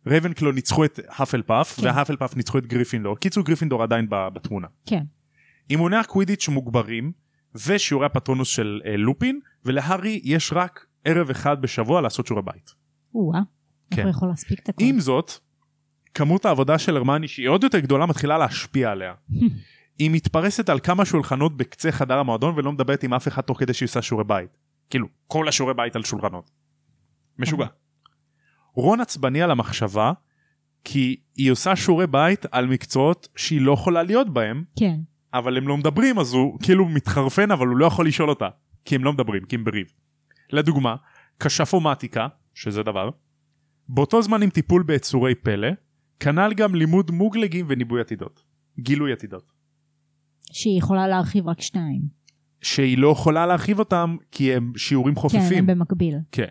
Speaker 1: רייבנקלו ניצחו את האפל פאף
Speaker 2: כן.
Speaker 1: והאפל פאף ניצחו את גריפינדור. קיצור גריפינדור עדיין ב- בתמונה.
Speaker 2: כן.
Speaker 1: אימוני הקווידיץ' מוגברים ושיעורי הפטרונוס של אה, לופין ולהארי יש רק ערב אחד בשבוע לעשות שיעורי בית.
Speaker 2: או-אה. איך
Speaker 1: כן.
Speaker 2: הוא יכול להספיק את הכול?
Speaker 1: עם זאת כמות העבודה של הרמני שהיא עוד יותר גדולה מתחילה להשפיע עליה. היא מתפרסת על כמה שולחנות בקצה חדר המועדון ולא מדברת עם אף אחד תוך כדי שהיא עושה שיעורי בית. כאילו כל השיעורי בית על שולחנות. משוגע. רון עצבני על המחשבה כי היא עושה שיעורי בית על מקצועות שהיא לא יכולה להיות בהם
Speaker 2: כן.
Speaker 1: אבל הם לא מדברים אז הוא כאילו מתחרפן אבל הוא לא יכול לשאול אותה כי הם לא מדברים כי הם בריב. לדוגמה כשפומטיקה שזה דבר באותו זמן עם טיפול ביצורי פלא כנ"ל גם לימוד מוגלגים וניבוי עתידות גילוי עתידות
Speaker 2: שהיא יכולה להרחיב רק שתיים.
Speaker 1: שהיא לא יכולה להרחיב אותם כי הם שיעורים
Speaker 2: כן,
Speaker 1: חופפים.
Speaker 2: הם במקביל.
Speaker 1: כן.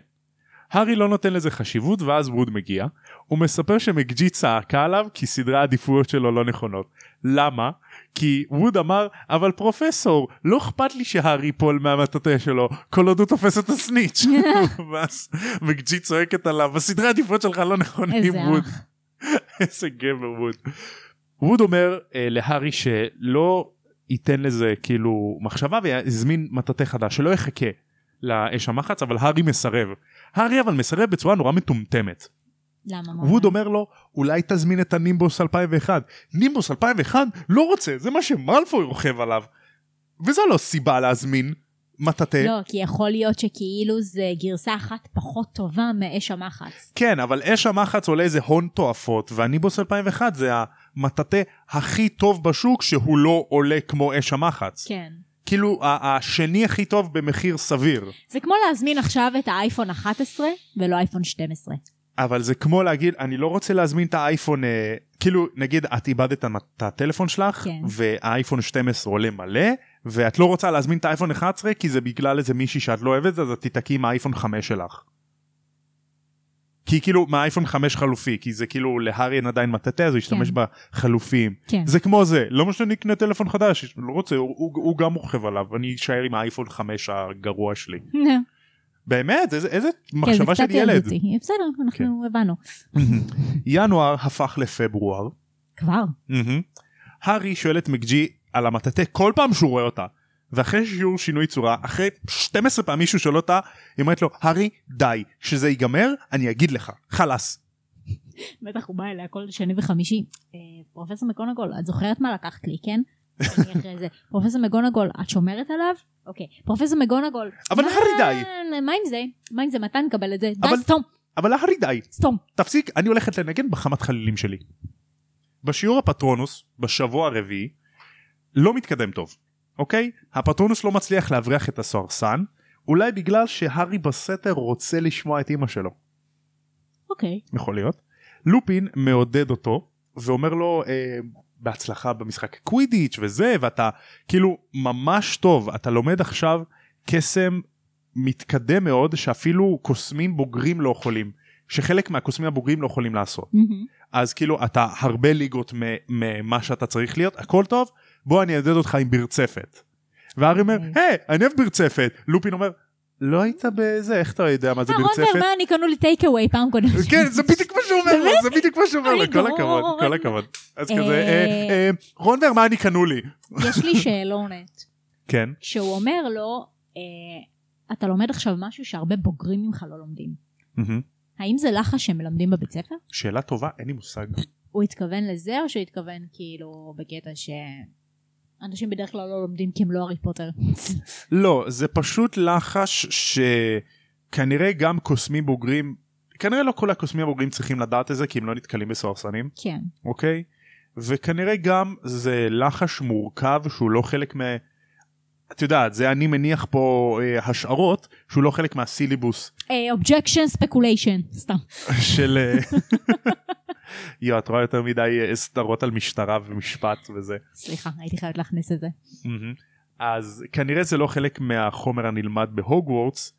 Speaker 1: הארי לא נותן לזה חשיבות ואז ווד מגיע. הוא מספר שמקג'י צעקה עליו כי סדרי העדיפויות שלו לא נכונות. למה? כי ווד אמר אבל פרופסור לא אכפת לי שהארי ייפול מהמטאטה שלו כל עוד הוא תופס את הסניץ'. ואז מקג'י צועקת עליו הסדרי העדיפויות שלך לא נכונים
Speaker 2: איזה
Speaker 1: ווד.
Speaker 2: אח.
Speaker 1: איזה גבר ווד. ווד אומר אה, להארי שלא ייתן לזה כאילו מחשבה ויזמין מטאטא חדש שלא יחכה לאש המחץ אבל הארי מסרב. הארי אבל מסרב בצורה נורא מטומטמת.
Speaker 2: למה? מה?
Speaker 1: ווד אומר לו אולי תזמין את הנימבוס 2001. נימבוס 2001 לא רוצה זה מה שמלפוי רוכב עליו. וזו לא סיבה להזמין מטאטא.
Speaker 2: לא, כי יכול להיות שכאילו זה גרסה אחת פחות טובה מאש המחץ.
Speaker 1: כן אבל אש המחץ עולה איזה הון תועפות והניבוס 2001 זה המטאטא הכי טוב בשוק שהוא לא עולה כמו אש המחץ.
Speaker 2: כן.
Speaker 1: כאילו ה- השני הכי טוב במחיר סביר
Speaker 2: זה כמו להזמין עכשיו את האייפון 11 ולא אייפון 12.
Speaker 1: אבל זה כמו להגיד אני לא רוצה להזמין את האייפון אה, כאילו נגיד את איבדת את המ- את הטלפון שלך
Speaker 2: כן.
Speaker 1: והאייפון 12 עולה מלא ואת לא רוצה להזמין את האייפון 11 כי זה בגלל איזה מישהי שאת לא אוהבת אז את תתקעי עם האייפון 5 שלך. כי כאילו מהאייפון 5 חלופי כי זה כאילו להארי אין עדיין מטאטא אז הוא ישתמש
Speaker 2: כן.
Speaker 1: בחלופים.
Speaker 2: כן.
Speaker 1: זה כמו זה למה שאני אקנה טלפון חדש לא רוצה הוא, הוא, הוא גם רוכב עליו אני אשאר עם האייפון 5 הגרוע שלי. באמת איזה, איזה
Speaker 2: כן, זה
Speaker 1: מחשבה
Speaker 2: קצת
Speaker 1: של ילד. כן.
Speaker 2: ילדותי. אה, בסדר, אנחנו הבנו.
Speaker 1: ינואר הפך לפברואר.
Speaker 2: כבר.
Speaker 1: מהמם. הארי שואל את מקג'י על המטאטא כל פעם שהוא רואה אותה. ואחרי שיעור שינוי צורה, אחרי 12 פעמים שהוא שואל אותה, היא אומרת לו, הארי, די, שזה ייגמר, אני אגיד לך, חלאס.
Speaker 2: בטח הוא בא אליה כל שני וחמישי. אה, פרופסור מקונגול, את זוכרת מה לקחת לי, כן? אני אחרי זה. פרופסור מקונגול, את שומרת עליו? אוקיי. פרופסור מקונגול.
Speaker 1: אבל
Speaker 2: מה-
Speaker 1: הארי,
Speaker 2: מה עם זה? מה עם זה? מתי נקבל את זה? די,
Speaker 1: אבל-
Speaker 2: סתום,
Speaker 1: אבל הארי, די,
Speaker 2: סתום.
Speaker 1: תפסיק, אני הולכת לנגן בחמת חלילים שלי. בשיעור הפטרונוס, בשבוע הרביעי, לא מתקדם טוב, אוקיי? הפטרונוס לא מצליח להבריח את הסוהרסן, אולי בגלל שהארי בסתר רוצה לשמוע את אימא שלו.
Speaker 2: אוקיי.
Speaker 1: יכול להיות. לופין מעודד אותו ואומר לו אה, בהצלחה במשחק קווידיץ' וזה ואתה כאילו ממש טוב אתה לומד עכשיו קסם מתקדם מאוד שאפילו קוסמים בוגרים לא יכולים שחלק מהקוסמים הבוגרים לא יכולים לעשות
Speaker 2: מהמם.
Speaker 1: אז כאילו אתה הרבה ליגות מ- ממה שאתה צריך להיות הכל טוב בוא אני אעודד אותך עם ברצפת. והארי אומר
Speaker 2: אוקיי.
Speaker 1: היי אני אוהב ברצפת לופין אומר לא היית בזה איך אתה יודע מה זה
Speaker 2: אה, רון
Speaker 1: ברצפת.
Speaker 2: והרמני קנו לי טייק אווי פעם קודם.
Speaker 1: כן זה בדיוק מה שהוא אומר לו,
Speaker 2: באמת?
Speaker 1: זה בדיוק מה שהוא אומר לו,
Speaker 2: היי,
Speaker 1: כל
Speaker 2: דורון.
Speaker 1: הכבוד, כל הכבוד. אז
Speaker 2: אה.
Speaker 1: כזה, אה, אה, רון והרמני קנו לי.
Speaker 2: יש לי שאלונת.
Speaker 1: כן,
Speaker 2: שהוא אומר לו, אה, אתה לומד עכשיו משהו שהרבה בוגרים ממך לא לומדים.
Speaker 1: מהמם.
Speaker 2: האם זה לחש שהם מלמדים בבית ספר?
Speaker 1: שאלה טובה, אין לי מושג.
Speaker 2: הוא התכוון לזה, או שהוא התכוון כאילו בקטע ש... אנשים בדרך כלל לא לומדים כי הם לא הארי פוטר.
Speaker 1: לא, זה פשוט לחש שכנראה גם קוסמים בוגרים, כנראה לא כל הקוסמים הבוגרים צריכים לדעת את זה, כי הם לא נתקלים בסוהרסנים,
Speaker 2: כן.
Speaker 1: אוקיי? וכנראה גם זה לחש מורכב שהוא לא חלק מה... את יודעת, זה אני מניח פה אה, השערות, שהוא לא חלק מהסילבוס
Speaker 2: אובג'קשן ספקוליישן, אה, סתם.
Speaker 1: של... אה, יו, את רואה יותר מדי אה, סדרות על משטרה ומשפט וזה.
Speaker 2: סליחה, הייתי חייבת להכניס את זה.
Speaker 1: מהמם. אז כנראה זה לא חלק מהחומר הנלמד בהוגוורטס,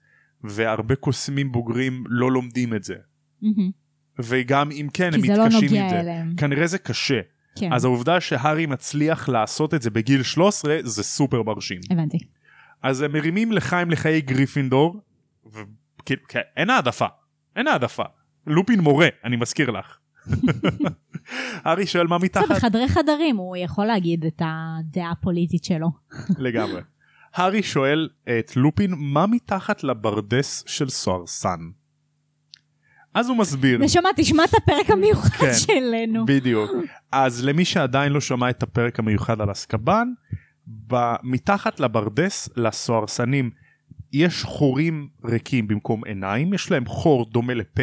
Speaker 1: והרבה קוסמים בוגרים לא לומדים את זה.
Speaker 2: מהמם.
Speaker 1: וגם אם כן, הם
Speaker 2: כי זה לא
Speaker 1: מתקשים
Speaker 2: נוגע
Speaker 1: עם זה.
Speaker 2: אליהם.
Speaker 1: כנראה זה קשה.
Speaker 2: כן,
Speaker 1: אז העובדה שהארי מצליח לעשות את זה בגיל 13, זה סופר מרשים.
Speaker 2: הבנתי.
Speaker 1: אז הם מרימים לחיים לחיי גריפינדור, וכאילו, כן, אין העדפה, אין העדפה. לופין מורה, אני מזכיר לך. הארי שואל מה
Speaker 2: זה
Speaker 1: מתחת,
Speaker 2: בחדרי חדרים, הוא יכול להגיד את הדעה הפוליטית שלו.
Speaker 1: לגמרי. הארי שואל את לופין מה מתחת לברדס של סוהרסן. אז הוא מסביר,
Speaker 2: נשמה, תשמע את הפרק המיוחד
Speaker 1: כאילו- כן.
Speaker 2: שלנו.
Speaker 1: בדיוק. אז למי שעדיין לא שמע את הפרק המיוחד על אסקבן, ב- מתחת לברדס לסוהרסנים יש חורים ריקים במקום עיניים, יש להם חור דומה לפה,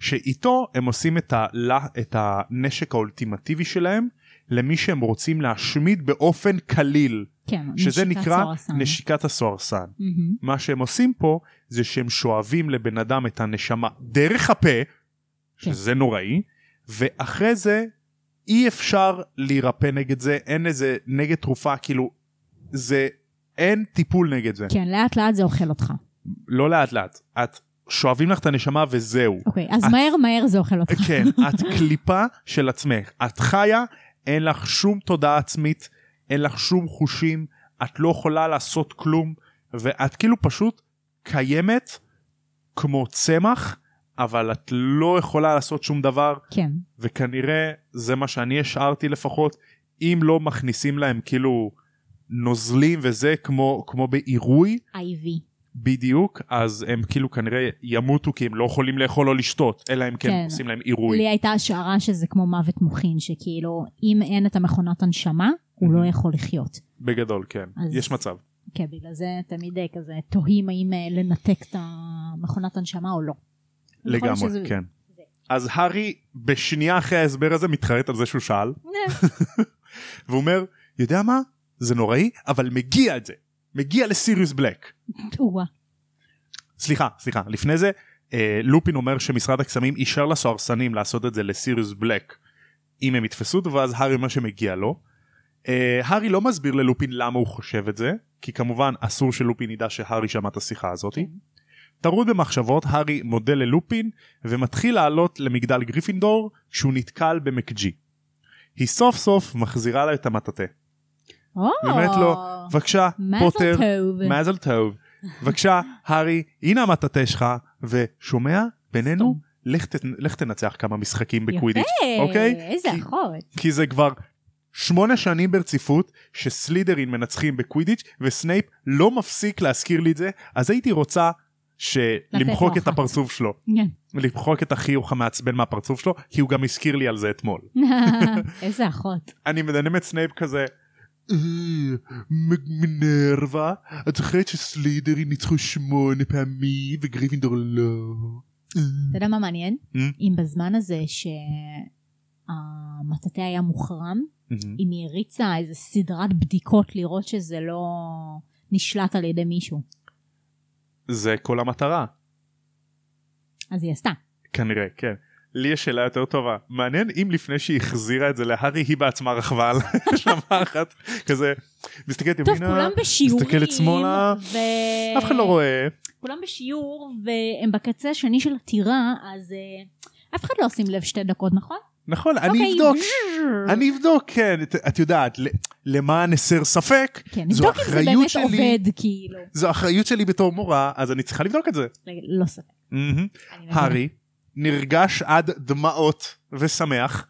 Speaker 1: שאיתו הם עושים את, הלה, את הנשק האולטימטיבי שלהם למי שהם רוצים להשמיד באופן קליל,
Speaker 2: כן,
Speaker 1: שזה
Speaker 2: נשיקת
Speaker 1: נקרא
Speaker 2: סוהרסן.
Speaker 1: נשיקת הסוהרסן.
Speaker 2: מהמם.
Speaker 1: מה שהם עושים פה זה שהם שואבים לבן אדם את הנשמה דרך הפה, שזה נוראי, ואחרי זה אי אפשר להירפא נגד זה, אין איזה נגד תרופה, כאילו, זה, אין טיפול נגד זה.
Speaker 2: כן, לאט לאט זה אוכל אותך.
Speaker 1: לא לאט לאט, את שואבים לך את הנשמה וזהו.
Speaker 2: אוקיי, אז
Speaker 1: את-
Speaker 2: מהר מהר זה אוכל אותך.
Speaker 1: כן, את קליפה של עצמך, את חיה, אין לך שום תודעה עצמית, אין לך שום חושים, את לא יכולה לעשות כלום, ואת כאילו פשוט קיימת כמו צמח, אבל את לא יכולה לעשות שום דבר,
Speaker 2: כן.
Speaker 1: וכנראה זה מה שאני השארתי לפחות, אם לא מכניסים להם כאילו נוזלים וזה כמו, כמו בעירוי,
Speaker 2: IV.
Speaker 1: בדיוק, אז הם כאילו כנראה ימותו כי הם לא יכולים לאכול או לשתות, אלא אם כן,
Speaker 2: כן.
Speaker 1: עושים להם עירוי.
Speaker 2: לי הייתה השערה שזה כמו מוות מוחין, שכאילו, אם אין את המכונת הנשמה, הוא לא יכול לחיות.
Speaker 1: בגדול כן
Speaker 2: אז-
Speaker 1: יש מצב
Speaker 2: כן, בגלל זה תמיד אה, כזה תוהים האם אה, לנתק את המכונת הנשמה או לא. יכול להיות
Speaker 1: לגמרי
Speaker 2: שזה-
Speaker 1: כן. אז הארי בשנייה אחרי ההסבר הזה מתחרט על זה שהוא שאל
Speaker 2: אה,
Speaker 1: והוא אומר יודע מה זה נוראי אבל מגיע את זה מגיע לסיריוס בלק
Speaker 2: אוה.
Speaker 1: סליחה סליחה לפני זה אה, לופין אומר שמשרד הקסמים אישר לסוהרסנים לעשות את זה לסיריוס בלק אם הם יתפסו אותו ואז הארי אומר שמגיע לו אה, הארי לא מסביר ללופין למה הוא חושב את זה, כי כמובן אסור שלופין ידע שהארי שמע את השיחה הזאת.
Speaker 2: כן.
Speaker 1: טרוד במחשבות, הארי מודה ללופין ומתחיל לעלות למגדל גריפינדור כשהוא נתקל במקג'י. היא סוף סוף מחזירה לה את המטאטה.
Speaker 2: או,
Speaker 1: באמת לא. בבקשה,
Speaker 2: מזל
Speaker 1: פוטר,
Speaker 2: טוב.
Speaker 1: מזל טוב. בבקשה, הארי, הנה המטאטה שלך, ושומע, בינינו,
Speaker 2: סתום.
Speaker 1: לך ת- לך תנצח כמה משחקים
Speaker 2: יפה,
Speaker 1: בקווידיץ', אוקיי?
Speaker 2: איזה
Speaker 1: כי-
Speaker 2: אחות.
Speaker 1: כי זה כבר שמונה שנים ברציפות שסלידרין מנצחים בקווידיץ' וסנייפ לא מפסיק להזכיר לי את זה, אז הייתי רוצה שלמחוק
Speaker 2: לו
Speaker 1: את
Speaker 2: אחת.
Speaker 1: הפרצוף שלו,
Speaker 2: כן.
Speaker 1: למחוק את החיוך המעצבן מהפרצוף שלו, כי הוא גם הזכיר לי על זה אתמול.
Speaker 2: איזה אחות.
Speaker 1: אני מדמם את סנייפ כזה. "אה, מ- מינרווה, את זוכרת שסלידרין ניצחו שמונה פעמים וגריפינדור לא. אה."
Speaker 2: אתה יודע מה מעניין?
Speaker 1: Mm.
Speaker 2: אם בזמן הזה שהמטאטה היה מוחרם, אם היא הריצה איזה סדרת בדיקות לראות שזה לא נשלט על ידי מישהו,
Speaker 1: זה כל המטרה.
Speaker 2: אז היא עשתה.
Speaker 1: כנראה כן. לי יש שאלה יותר טובה מעניין אם לפני שהיא החזירה את זה להארי היא בעצמה רכבה על שמחת כזה מסתכלת
Speaker 2: טוב,
Speaker 1: ימינה
Speaker 2: כולם בשיעורים,
Speaker 1: מסתכלת שמאלה,
Speaker 2: ו...
Speaker 1: אף אחד לא רואה
Speaker 2: כולם בשיעור, והם בקצה השני של הטירה, אז אה, אף אחד לא שים לב שתי דקות, נכון?
Speaker 1: נכון אני
Speaker 2: אוקיי,
Speaker 1: אבדוק
Speaker 2: זרר.
Speaker 1: אני אבדוק כן את- את יודעת ל- למען הסר ספק
Speaker 2: כן,
Speaker 1: זו
Speaker 2: נבדוק אם זה
Speaker 1: אחריות
Speaker 2: באמת
Speaker 1: שלי.
Speaker 2: עובד, כאילו.
Speaker 1: זו אחריות שלי בתור מורה אז אני צריכה לבדוק את זה.
Speaker 2: רגע, לא ספק.
Speaker 1: מהמם.
Speaker 2: אני מבינה.
Speaker 1: הארי נרגש עד דמעות ושמח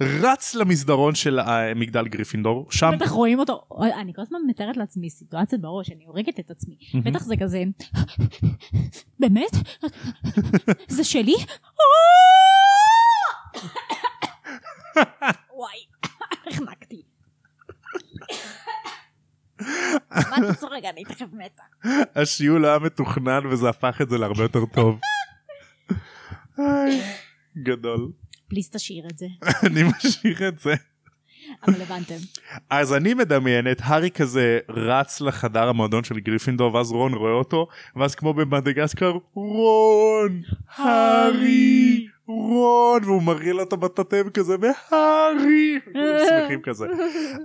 Speaker 1: רץ למסדרון של אה, מגדל גריפינדור שם
Speaker 2: בטח רואים אותו, אוי, אני כל הזמן מתארת לעצמי סיטואציות בראש, אני הורגת את עצמי.
Speaker 1: מהמם.
Speaker 2: בטח זה כזה, באמת? זה שלי? וואי, החנקתי. מה אתה צוחק? אני תכף מתה.
Speaker 1: השיעול היה מתוכנן וזה הפך את זה להרבה יותר טוב. היי, גדול.
Speaker 2: פליז תשאיר את זה.
Speaker 1: אני משאיר את זה.
Speaker 2: אבל הבנתם.
Speaker 1: אז אני מדמיין את הארי כזה רץ לחדר המועדון של גריפינדור ואז רון רואה אותו ואז כמו במדגסקר רון הארי רון והוא מראה לו את המטאטם כזה והארי כולם שמחים כזה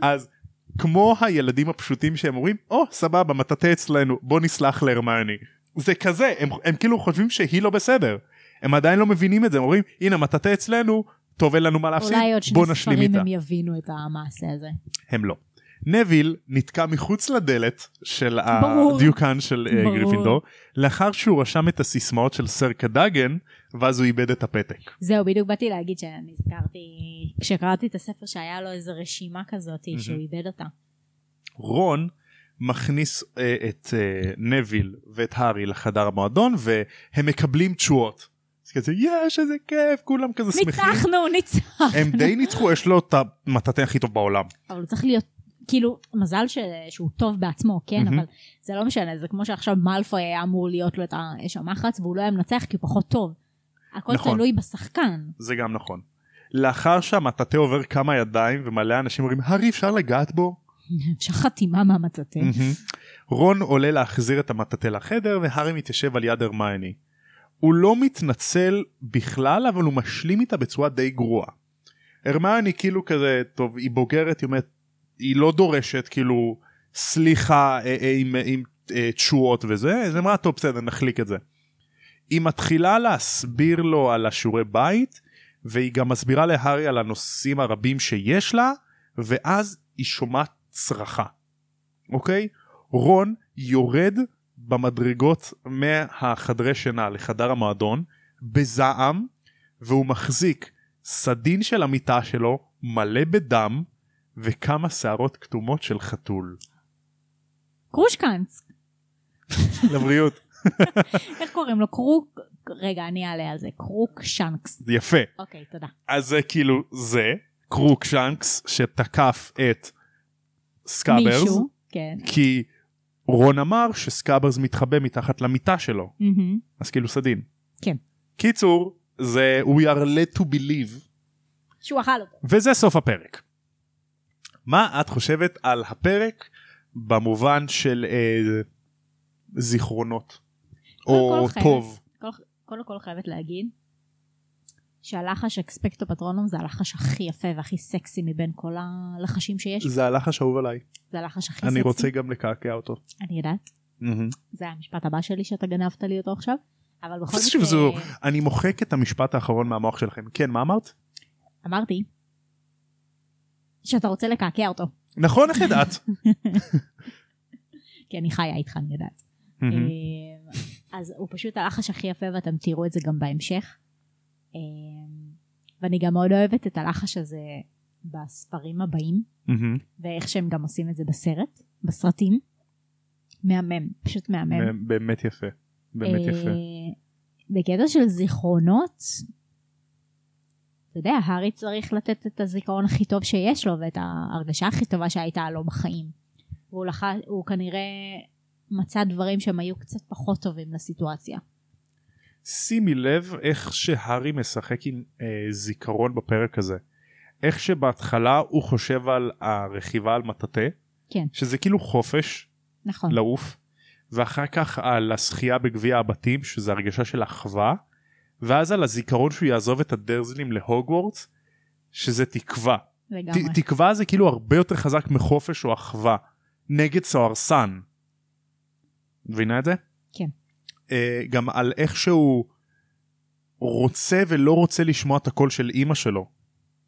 Speaker 1: אז כמו הילדים הפשוטים שהם אומרים או סבבה מטאטא אצלנו בוא נסלח להרמיוני זה כזה הם, הם כאילו חושבים שהיא לא בסדר הם עדיין לא מבינים את זה הם אומרים הנה מטאטא אצלנו טוב אין לנו מה להפסיד
Speaker 2: אולי עוד
Speaker 1: בוא
Speaker 2: שני
Speaker 1: נשלים
Speaker 2: ספרים
Speaker 1: איתה
Speaker 2: הם יבינו את המעשה הזה.
Speaker 1: הם לא. נביל נתקע מחוץ לדלת של
Speaker 2: ברור.
Speaker 1: הדיוקן של אה,
Speaker 2: ברור.
Speaker 1: גריפינדור לאחר שהוא רשם את הסיסמאות של סר קדאגן ואז הוא איבד את הפתק.
Speaker 2: זהו, בדיוק באתי להגיד שנזכרתי, כשקראתי את הספר שהיה לו איזה רשימה כזאת
Speaker 1: מהמם.
Speaker 2: שהוא איבד אותה.
Speaker 1: רון מכניס אה, את אה, נביל ואת הארי לחדר המועדון והם מקבלים תשואות. אז כזה יש איזה כיף כולם כזה שמחים.
Speaker 2: ניצחנו, ניצחנו.
Speaker 1: הם די ניצחו יש לו את המטאטה הכי טוב בעולם.
Speaker 2: אבל הוא צריך להיות, כאילו, מזל ש... שהוא טוב בעצמו, כן?
Speaker 1: מהמם.
Speaker 2: אבל זה לא משנה, זה כמו שעכשיו מאלפוי היה אמור להיות לו את האש המחץ, והוא לא היה מנצח כי הוא פחות טוב. הכל
Speaker 1: נכון.
Speaker 2: תלוי בשחקן.
Speaker 1: זה גם נכון. לאחר שהמטאטה עובר כמה ידיים ומלא אנשים אומרים הארי אפשר לגעת בו?
Speaker 2: אפשר חתימה מהמצתה.
Speaker 1: מהמם. רון עולה להחזיר את המטאטה לחדר והארי מתיישב על יד הרמייני. הוא לא מתנצל בכלל אבל הוא משלים איתה בצורה די גרועה. הרמייני כאילו כזה טוב היא בוגרת היא אומרת היא לא דורשת כאילו סליחה אה, אה, עם, עם אה, תשואות וזה אז היא אמרה טוב בסדר נחליק את זה. היא מתחילה להסביר לו על השיעורי בית והיא גם מסבירה להארי על הנושאים הרבים שיש לה ואז היא שומעת צרחה. אוקיי? רון יורד במדרגות מהחדרי שינה לחדר המועדון בזעם והוא מחזיק סדין של המיטה שלו מלא בדם וכמה שערות כתומות של חתול.
Speaker 2: קרושקנץ,
Speaker 1: לבריאות.
Speaker 2: איך קוראים לו? קרוק... רגע, אני אעלה על זה. קרוק שנקס.
Speaker 1: זה יפה.
Speaker 2: אוקיי, תודה.
Speaker 1: אז זה כאילו זה קרוק שנקס שתקף את סקאברס
Speaker 2: מישהו? כן.
Speaker 1: כי רון אמר שסקאברס מתחבא מתחת למיטה שלו.
Speaker 2: מהמם.
Speaker 1: אז כאילו סדין.
Speaker 2: כן.
Speaker 1: קיצור, זה We are led to believe,
Speaker 2: שהוא אכל אותו.
Speaker 1: וזה סוף הפרק. מה את חושבת על הפרק במובן של אה, זיכרונות?
Speaker 2: קודם
Speaker 1: או
Speaker 2: כל חייב.
Speaker 1: טוב.
Speaker 2: קודם כל חייבת להגיד שהלחש אקספקטו פטרונום זה הלחש הכי יפה והכי סקסי מבין כל הלחשים שיש,
Speaker 1: זה הלחש האהוב עליי
Speaker 2: זה הלחש הכי סקסי.
Speaker 1: אני רוצה גם לקעקע אותו.
Speaker 2: אני יודעת, זה המשפט הבא שלי שאתה גנבת לי אותו עכשיו, אבל בכל אה,
Speaker 1: איזה
Speaker 2: מקרה,
Speaker 1: שזור. אני מוחק את המשפט האחרון מהמוח שלכם כן מה אמרת?
Speaker 2: אמרתי שאתה רוצה לקעקע אותו,
Speaker 1: נכון איך ידעת?
Speaker 2: כי אני חיה איתך, אני יודעת.
Speaker 1: מהמם.
Speaker 2: אמ, אז הוא פשוט הלחש הכי יפה ואתם תראו את זה גם בהמשך. אמ, ואני גם מאוד אוהבת את הלחש הזה בספרים הבאים,
Speaker 1: מהמם.
Speaker 2: ואיך שהם גם עושים את זה בסרט, בסרטים. מהמם, פשוט מהמם.
Speaker 1: באמת יפה. באמת
Speaker 2: אה,
Speaker 1: יפה.
Speaker 2: בקטע של זיכרונות, אתה יודע, הארי צריך לתת את הזיכרון הכי טוב שיש לו ואת ההרגשה הכי טובה שהייתה לו בחיים. והוא לח... הוא כנראה מצא דברים שהם היו קצת פחות טובים לסיטואציה.
Speaker 1: שימי לב איך שהארי משחק עם אה, זיכרון בפרק הזה. איך שבהתחלה הוא חושב על הרכיבה על מטאטא,
Speaker 2: כן.
Speaker 1: שזה כאילו חופש
Speaker 2: נכון.
Speaker 1: לעוף, ואחר כך על השחייה בגביע הבתים, שזה הרגשה של אחווה, ואז על הזיכרון שהוא יעזוב את הדרזלים להוגוורטס, שזה תקווה.
Speaker 2: לגמרי.
Speaker 1: ת, תקווה זה כאילו הרבה יותר חזק מחופש או אחווה נגד סוהרסן. מבינה את זה?
Speaker 2: כן.
Speaker 1: אה, גם על איך שהוא רוצה ולא רוצה לשמוע את הקול של אימא שלו.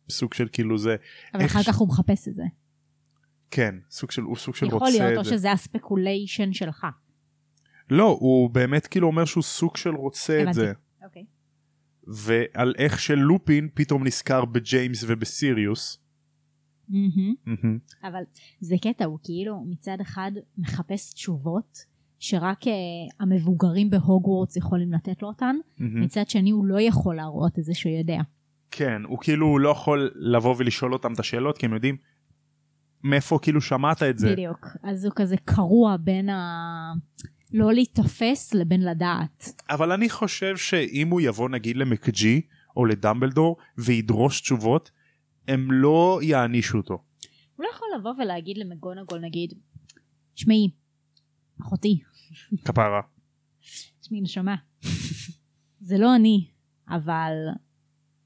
Speaker 1: סוג של כאילו זה
Speaker 2: אבל
Speaker 1: איך
Speaker 2: אחר
Speaker 1: ש-
Speaker 2: כך הוא מחפש את זה.
Speaker 1: כן סוג של הוא סוג של
Speaker 2: יכול
Speaker 1: רוצה
Speaker 2: להיות,
Speaker 1: את
Speaker 2: או
Speaker 1: זה.
Speaker 2: שזה הספקוליישן שלך.
Speaker 1: לא הוא באמת כאילו אומר שהוא סוג של רוצה את
Speaker 2: הבנתי.
Speaker 1: זה
Speaker 2: אוקיי.
Speaker 1: ועל איך שלופין פתאום נזכר בג'יימס ובסיריוס. מהמם.
Speaker 2: אבל זה קטע, הוא כאילו מצד אחד מחפש תשובות שרק אה, המבוגרים בהוגוורטס יכולים לתת לו אותן,
Speaker 1: מהמם.
Speaker 2: מצד שני הוא לא יכול להראות את זה שהוא יודע.
Speaker 1: כן הוא כאילו לא יכול לבוא ולשאול אותם את השאלות כי הם יודעים מאיפה כאילו שמעת את זה
Speaker 2: בדיוק. אז הוא כזה קרוע בין ה... לא להיתפס לבין לדעת.
Speaker 1: אבל אני חושב שאם הוא יבוא נגיד למקג'י או לדמבלדור וידרוש תשובות הם לא יענישו אותו.
Speaker 2: הוא לא יכול לבוא ולהגיד למגונגול נגיד, שמעי, אחותי,
Speaker 1: כפרה.
Speaker 2: שמי נשמה. זה לא אני, אבל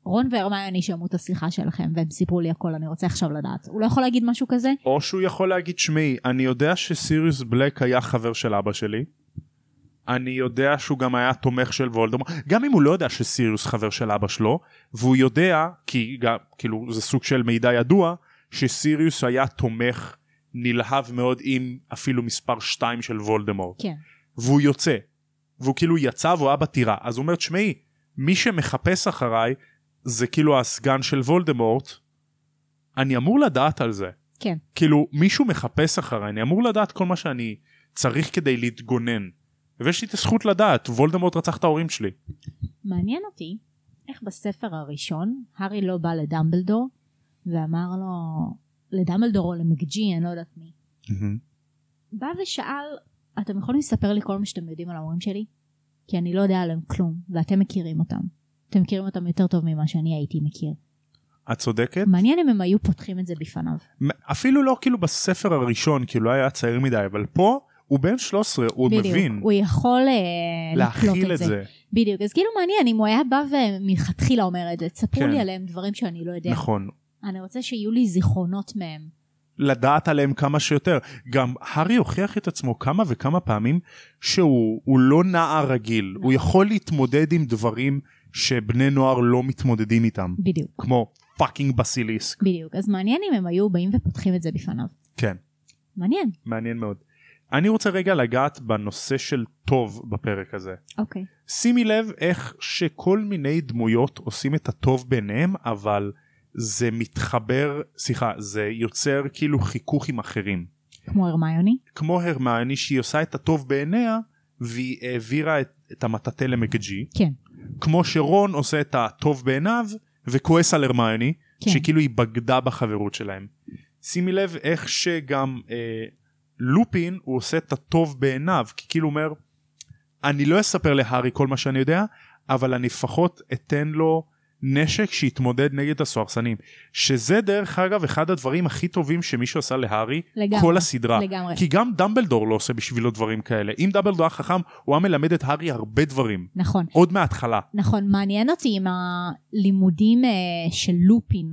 Speaker 2: רון והרמיוני שמעו את השיחה שלכם והם סיפרו לי הכל, אני רוצה עכשיו לדעת. הוא לא יכול להגיד משהו כזה?
Speaker 1: או שהוא יכול להגיד שמעי אני יודע שסיריוס בלק היה חבר של אבא שלי. אני יודע שהוא גם היה תומך של וולדמורט גם אם הוא לא יודע שסיריוס חבר של אבא שלו והוא יודע כי גם כאילו זה סוג של מידע ידוע שסיריוס היה תומך נלהב מאוד עם אפילו מספר 2 של וולדמורט.
Speaker 2: כן.
Speaker 1: והוא יוצא והוא כאילו יצא והוא היה בטירה אז הוא אומר תשמעי מי שמחפש אחריי זה כאילו הסגן של וולדמורט אני אמור לדעת על זה
Speaker 2: כן.
Speaker 1: כאילו מישהו מחפש אחריי אני אמור לדעת כל מה שאני צריך כדי להתגונן ויש לי את הזכות לדעת וולדמורט רצח את ההורים שלי
Speaker 2: מעניין אותי איך בספר הראשון הארי לא בא לדמבלדור ואמר לו לדמבלדור או למקג'י אני לא יודעת מי בא ושאל אתם יכולים לספר לי כל מה שאתם יודעים על ההורים שלי? כי אני לא יודע עליהם כלום ואתם מכירים אותם אתם מכירים אותם יותר טוב ממה שאני הייתי מכיר
Speaker 1: את צודקת
Speaker 2: מעניין אם הם היו פותחים את זה בפניו
Speaker 1: מ- אפילו לא כאילו בספר הראשון כאילו היה צעיר מדי אבל פה הוא בן 13 הוא
Speaker 2: בדיוק,
Speaker 1: מבין
Speaker 2: הוא יכול אה, לקלוט
Speaker 1: להכיל
Speaker 2: את זה.
Speaker 1: זה
Speaker 2: בדיוק, אז כאילו מעניין אם הוא היה בא ומלכתחילה אומר את זה, תספרו
Speaker 1: כן.
Speaker 2: לי עליהם דברים שאני לא יודע.
Speaker 1: נכון
Speaker 2: אני רוצה שיהיו לי זיכרונות מהם.
Speaker 1: לדעת עליהם כמה שיותר. גם הארי הוכיח את עצמו כמה וכמה פעמים שהוא הוא לא נער רגיל, הוא יכול להתמודד עם דברים שבני נוער לא מתמודדים איתם,
Speaker 2: בדיוק,
Speaker 1: כמו פאקינג בסיליסק.
Speaker 2: בדיוק. אז מעניין אם הם היו באים ופותחים את זה בפניו.
Speaker 1: כן,
Speaker 2: מעניין.
Speaker 1: מעניין מאוד. אני רוצה רגע לגעת בנושא של טוב בפרק הזה.
Speaker 2: אוקיי.
Speaker 1: שימי לב איך שכל מיני דמויות עושים את הטוב ביניהם, אבל זה מתחבר, סליחה, זה יוצר כאילו חיכוך עם אחרים.
Speaker 2: כמו הרמיוני.
Speaker 1: כמו הרמני שהיא עושה את הטוב בעיניה והיא העבירה את, את המטאטא למקג'י
Speaker 2: כן.
Speaker 1: כמו שרון עושה את הטוב בעיניו וכועס על הרמני
Speaker 2: כן.
Speaker 1: כן. שכאילו היא בגדה בחברות שלהם. שימי לב איך שגם אה, לופין הוא עושה את הטוב בעיניו כי כאילו הוא אומר אני לא אספר להארי כל מה שאני יודע אבל אני לפחות אתן לו נשק שיתמודד נגד הסוהרסנים שזה דרך אגב אחד הדברים הכי טובים שמישהו עשה להארי
Speaker 2: לגמרי.
Speaker 1: כל הסדרה
Speaker 2: לגמרי.
Speaker 1: כי גם דמבלדור לא עושה בשבילו דברים כאלה אם דמבלדור היה חכם הוא היה מלמד את הארי הרבה דברים
Speaker 2: נכון.
Speaker 1: עוד מההתחלה
Speaker 2: נכון, מעניין אותי עם הלימודים אה, של לופין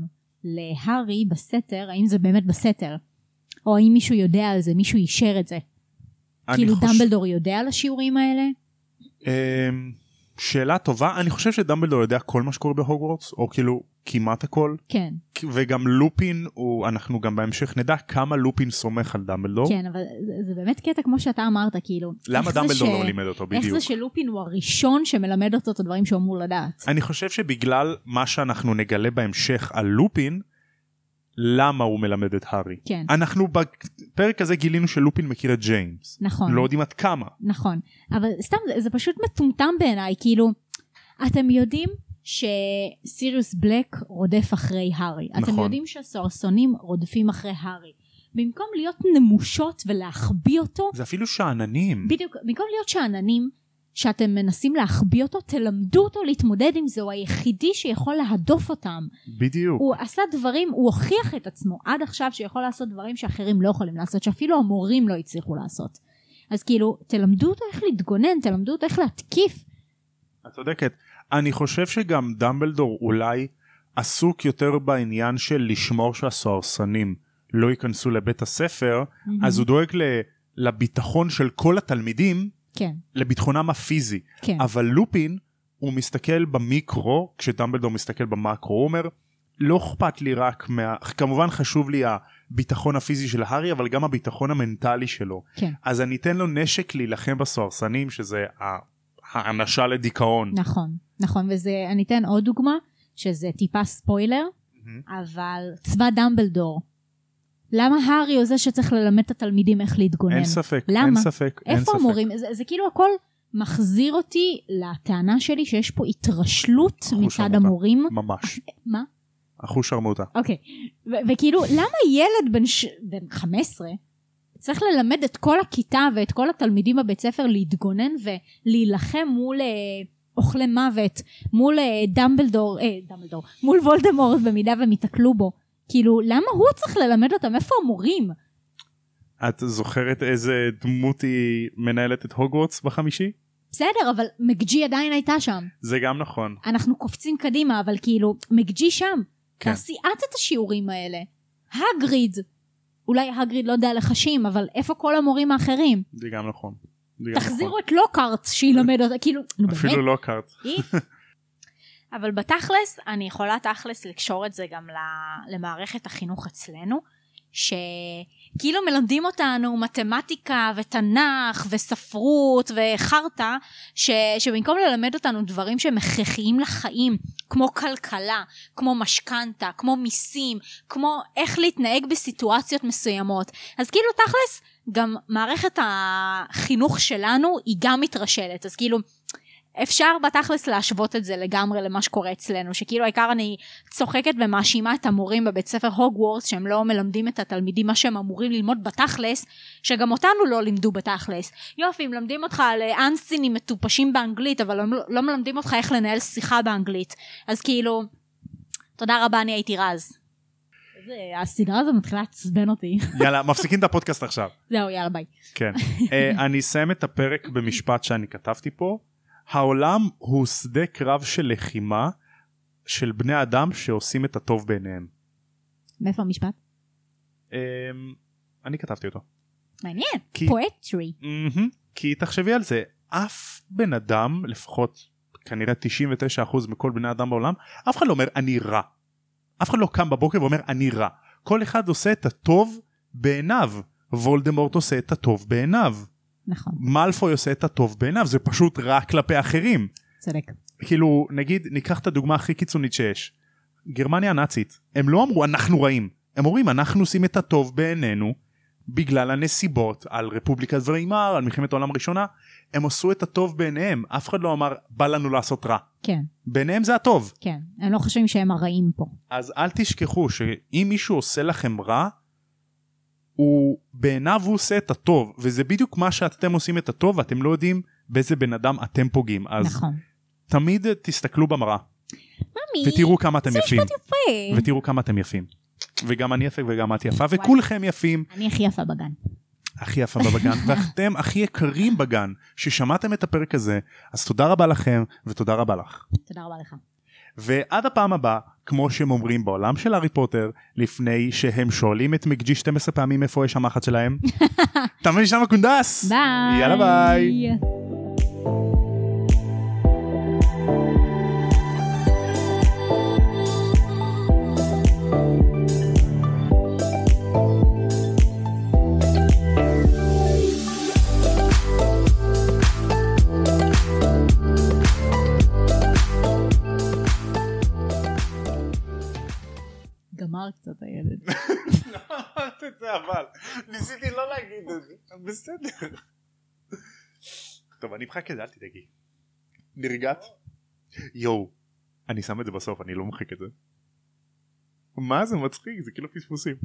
Speaker 2: להארי בסתר, האם זה באמת בסתר? או האם מישהו יודע על זה, מישהו אישר את זה.
Speaker 1: אני
Speaker 2: כאילו
Speaker 1: חושב-
Speaker 2: דמבלדור יודע על השיעורים האלה?
Speaker 1: אמ, שאלה טובה אני חושב שדמבלדור יודע כל מה שקורה בהוגוורטס או כאילו כמעט הכל
Speaker 2: כן,
Speaker 1: וגם לופין הוא אנחנו גם בהמשך נדע כמה לופין סומך על דמבלדור
Speaker 2: כן, אבל זה, זה באמת קטע כמו שאתה אמרת, כאילו.
Speaker 1: לא. למה
Speaker 2: איך זה
Speaker 1: דמבלדור
Speaker 2: ש-
Speaker 1: לא לימד אותו
Speaker 2: איך
Speaker 1: בדיוק.
Speaker 2: זה שלופין הוא הראשון שמלמד אותו את הדברים שהוא אמור לדעת?
Speaker 1: אני חושב שבגלל מה שאנחנו נגלה בהמשך על לופין למה הוא מלמד את הארי.
Speaker 2: כן,
Speaker 1: אנחנו בפרק הזה גילינו שלופין מכיר את ג'יימס.
Speaker 2: נכון.
Speaker 1: לא יודעים עד כמה.
Speaker 2: נכון, אבל סתם זה, זה פשוט מטומטם בעיניי, כאילו, אתם יודעים שסיריוס בלק רודף אחרי הארי, אתם
Speaker 1: נכון.
Speaker 2: יודעים שהסוהרסונים רודפים אחרי הארי, במקום להיות נמושות ולהחביא אותו,
Speaker 1: זה אפילו שאננים.
Speaker 2: בדיוק, במקום להיות שאננים שאתם מנסים להחביא אותו, תלמדו אותו להתמודד עם זה, הוא היחידי שיכול להדוף אותם.
Speaker 1: בדיוק.
Speaker 2: הוא עשה דברים, הוא הוכיח את עצמו עד עכשיו שיכול לעשות דברים שאחרים לא יכולים לעשות, שאפילו המורים לא הצליחו לעשות. אז כאילו, תלמדו אותו איך להתגונן, תלמדו אותו איך להתקיף.
Speaker 1: את צודקת. אני חושב שגם דמבלדור אולי עסוק יותר בעניין של לשמור שהסוהרסנים לא ייכנסו לבית הספר
Speaker 2: Mhm.
Speaker 1: אז הוא דואג ל- לביטחון של כל התלמידים
Speaker 2: כן,
Speaker 1: לביטחונם הפיזי.
Speaker 2: כן,
Speaker 1: אבל לופין הוא מסתכל במיקרו כשדמבלדור מסתכל במקרו הוא אומר לא אכפת לי רק מה... כמובן חשוב לי הביטחון הפיזי של הארי אבל גם הביטחון המנטלי שלו
Speaker 2: כן.
Speaker 1: אז אני אתן לו נשק להילחם בסוהרסנים שזה ה- האנשה לדיכאון
Speaker 2: נכון, נכון, וזה, אני אתן עוד דוגמה, שזה טיפה ספוילר,
Speaker 1: מהמם.
Speaker 2: אבל צבא דמבלדור. למה הארי הוא זה שצריך ללמד את התלמידים איך להתגונן?
Speaker 1: אין ספק
Speaker 2: למה?
Speaker 1: אין ספק אין
Speaker 2: איפה
Speaker 1: ספק.
Speaker 2: המורים? זה, זה כאילו הכל מחזיר אותי לטענה שלי שיש פה התרשלות
Speaker 1: חוש
Speaker 2: מצד
Speaker 1: עמוקה.
Speaker 2: המורים.
Speaker 1: ממש
Speaker 2: אה, מה?
Speaker 1: אחוש שרמוטה
Speaker 2: אוקיי, ו- וכאילו למה ילד בן, ש... בן 15 צריך ללמד את כל הכיתה ואת כל התלמידים בבית ספר להתגונן ולהילחם מול אה, אוכלי מוות, מול אה, דמבלדור, אה, דמבלדור, מול וולדמורט במידה והם ייתקלו בו. כאילו, למה הוא צריך ללמד אותם? איפה המורים?
Speaker 1: את זוכרת איזה דמות היא מנהלת את הוגוורטס בחמישי?
Speaker 2: בסדר, אבל מקג'י עדיין הייתה שם.
Speaker 1: זה גם נכון.
Speaker 2: אנחנו קופצים קדימה, אבל כאילו, מקג'י שם.
Speaker 1: כן.
Speaker 2: כן. תעשי את את השיעורים האלה. הגריד. אולי הגריד לא יודע לחשים, אבל איפה כל המורים האחרים?
Speaker 1: זה גם נכון. זה גם נכון.
Speaker 2: תחזירו את לוקארט שילמד אותה, כאילו, נו
Speaker 1: אפילו
Speaker 2: באמת,
Speaker 1: לא קארט.
Speaker 2: היא-
Speaker 4: אבל בתכלס, אני יכולה תכלס לקשור את זה גם ל- למערכת החינוך אצלנו, שכאילו מלמדים אותנו מתמטיקה ותנ"ך וספרות וחרטא, ש... שבמקום ללמד אותנו דברים שהם הכרחיים לחיים, כמו כלכלה, כמו משכנתה, כמו מיסים, כמו איך להתנהג בסיטואציות מסוימות, אז כאילו תכלס, גם מערכת החינוך שלנו היא גם מתרשלת, אז כאילו אפשר בתכלס להשוות את זה לגמרי למה שקורה אצלנו, שכאילו העיקר אני צוחקת ומאשימה את המורים בבית ספר הוגוורטס שהם לא מלמדים את התלמידים מה שהם אמורים ללמוד בתכלס, שגם אותנו לא לימדו בתכלס. יופי, מלמדים אותך על אה, אנסינים מטופשים באנגלית, אבל לא, לא מלמדים אותך איך לנהל שיחה באנגלית. אז כאילו, תודה רבה, אני הייתי רז.
Speaker 2: זה- הסדרה הזו מתחילה לעצבן אותי.
Speaker 1: יאללה מפסיקים את הפודקאסט עכשיו.
Speaker 2: זהו, יאללה ביי.
Speaker 1: כן. אה, אני אסיים את הפרק במשפט שאני כתבתי פה. העולם הוא שדה קרב של לחימה של בני אדם שעושים את הטוב בעיניהם.
Speaker 2: מאיפה המשפט?
Speaker 1: אה, אני כתבתי אותו.
Speaker 2: מעניין,
Speaker 1: כי
Speaker 2: פואטרי.
Speaker 1: מהמם. כי תחשבי על זה, אף בן אדם, לפחות כנראה 99% מכל בני אדם בעולם, אף אחד לא אומר אני רע. אף אחד לא קם בבוקר ואומר אני רע. כל אחד עושה את הטוב בעיניו. וולדמורט עושה את הטוב בעיניו.
Speaker 2: נכון,
Speaker 1: מאלפוי עושה את הטוב בעיניו, זה פשוט רע כלפי אחרים.
Speaker 2: צודק.
Speaker 1: כאילו, נגיד, ניקח את הדוגמה הכי קיצונית שיש. גרמניה הנאצית, הם לא אמרו אנחנו רעים, הם אומרים אנחנו עושים את הטוב בעינינו בגלל הנסיבות על רפובליקת ויימאר, על מלחמת העולם הראשונה, הם עשו את הטוב בעיניהם, אף אחד לא אמר בא לנו לעשות רע.
Speaker 2: כן,
Speaker 1: בעיניהם זה הטוב.
Speaker 2: כן. הם לא חושבים שהם הרעים פה.
Speaker 1: אז אל תשכחו שאם מישהו עושה לכם רע, הוא בעיניו הוא עושה את הטוב, וזה בדיוק מה שאתם עושים את הטוב ואתם לא יודעים באיזה בן אדם אתם פוגעים. אז
Speaker 2: נכון.
Speaker 1: תמיד תסתכלו במראה.
Speaker 2: מי?
Speaker 1: ותראו כמה אתם יפים.
Speaker 2: היי.
Speaker 1: ותראו כמה אתם יפים. וגם אני יפה וגם את יפה, וכולכם יפים,
Speaker 2: אני הכי יפה בגן.
Speaker 1: הכי יפה בגן, ואתם הכי יקרים בגן, ששמעתם את הפרק הזה, אז תודה רבה לכם, ותודה רבה לך.
Speaker 2: תודה רבה לך.
Speaker 1: ועד הפעם הבאה, כמו שהם אומרים בעולם של הארי פוטר, לפני שהם שואלים את מקג'י 12 פעמים איפה יש המחט שלהם, תמיד שם הקונדס!
Speaker 2: ביי.
Speaker 1: יאללה ביי!
Speaker 2: גמר קצת הילד.
Speaker 1: אמרת את זה אבל, ניסיתי לא להגיד את זה, בסדר. טוב אני מחכה את זה אל תדאגי. נרגעת? יואו, אני שם את זה בסוף אני לא מוחק את זה. מה זה מצחיק זה כאילו פספוסים.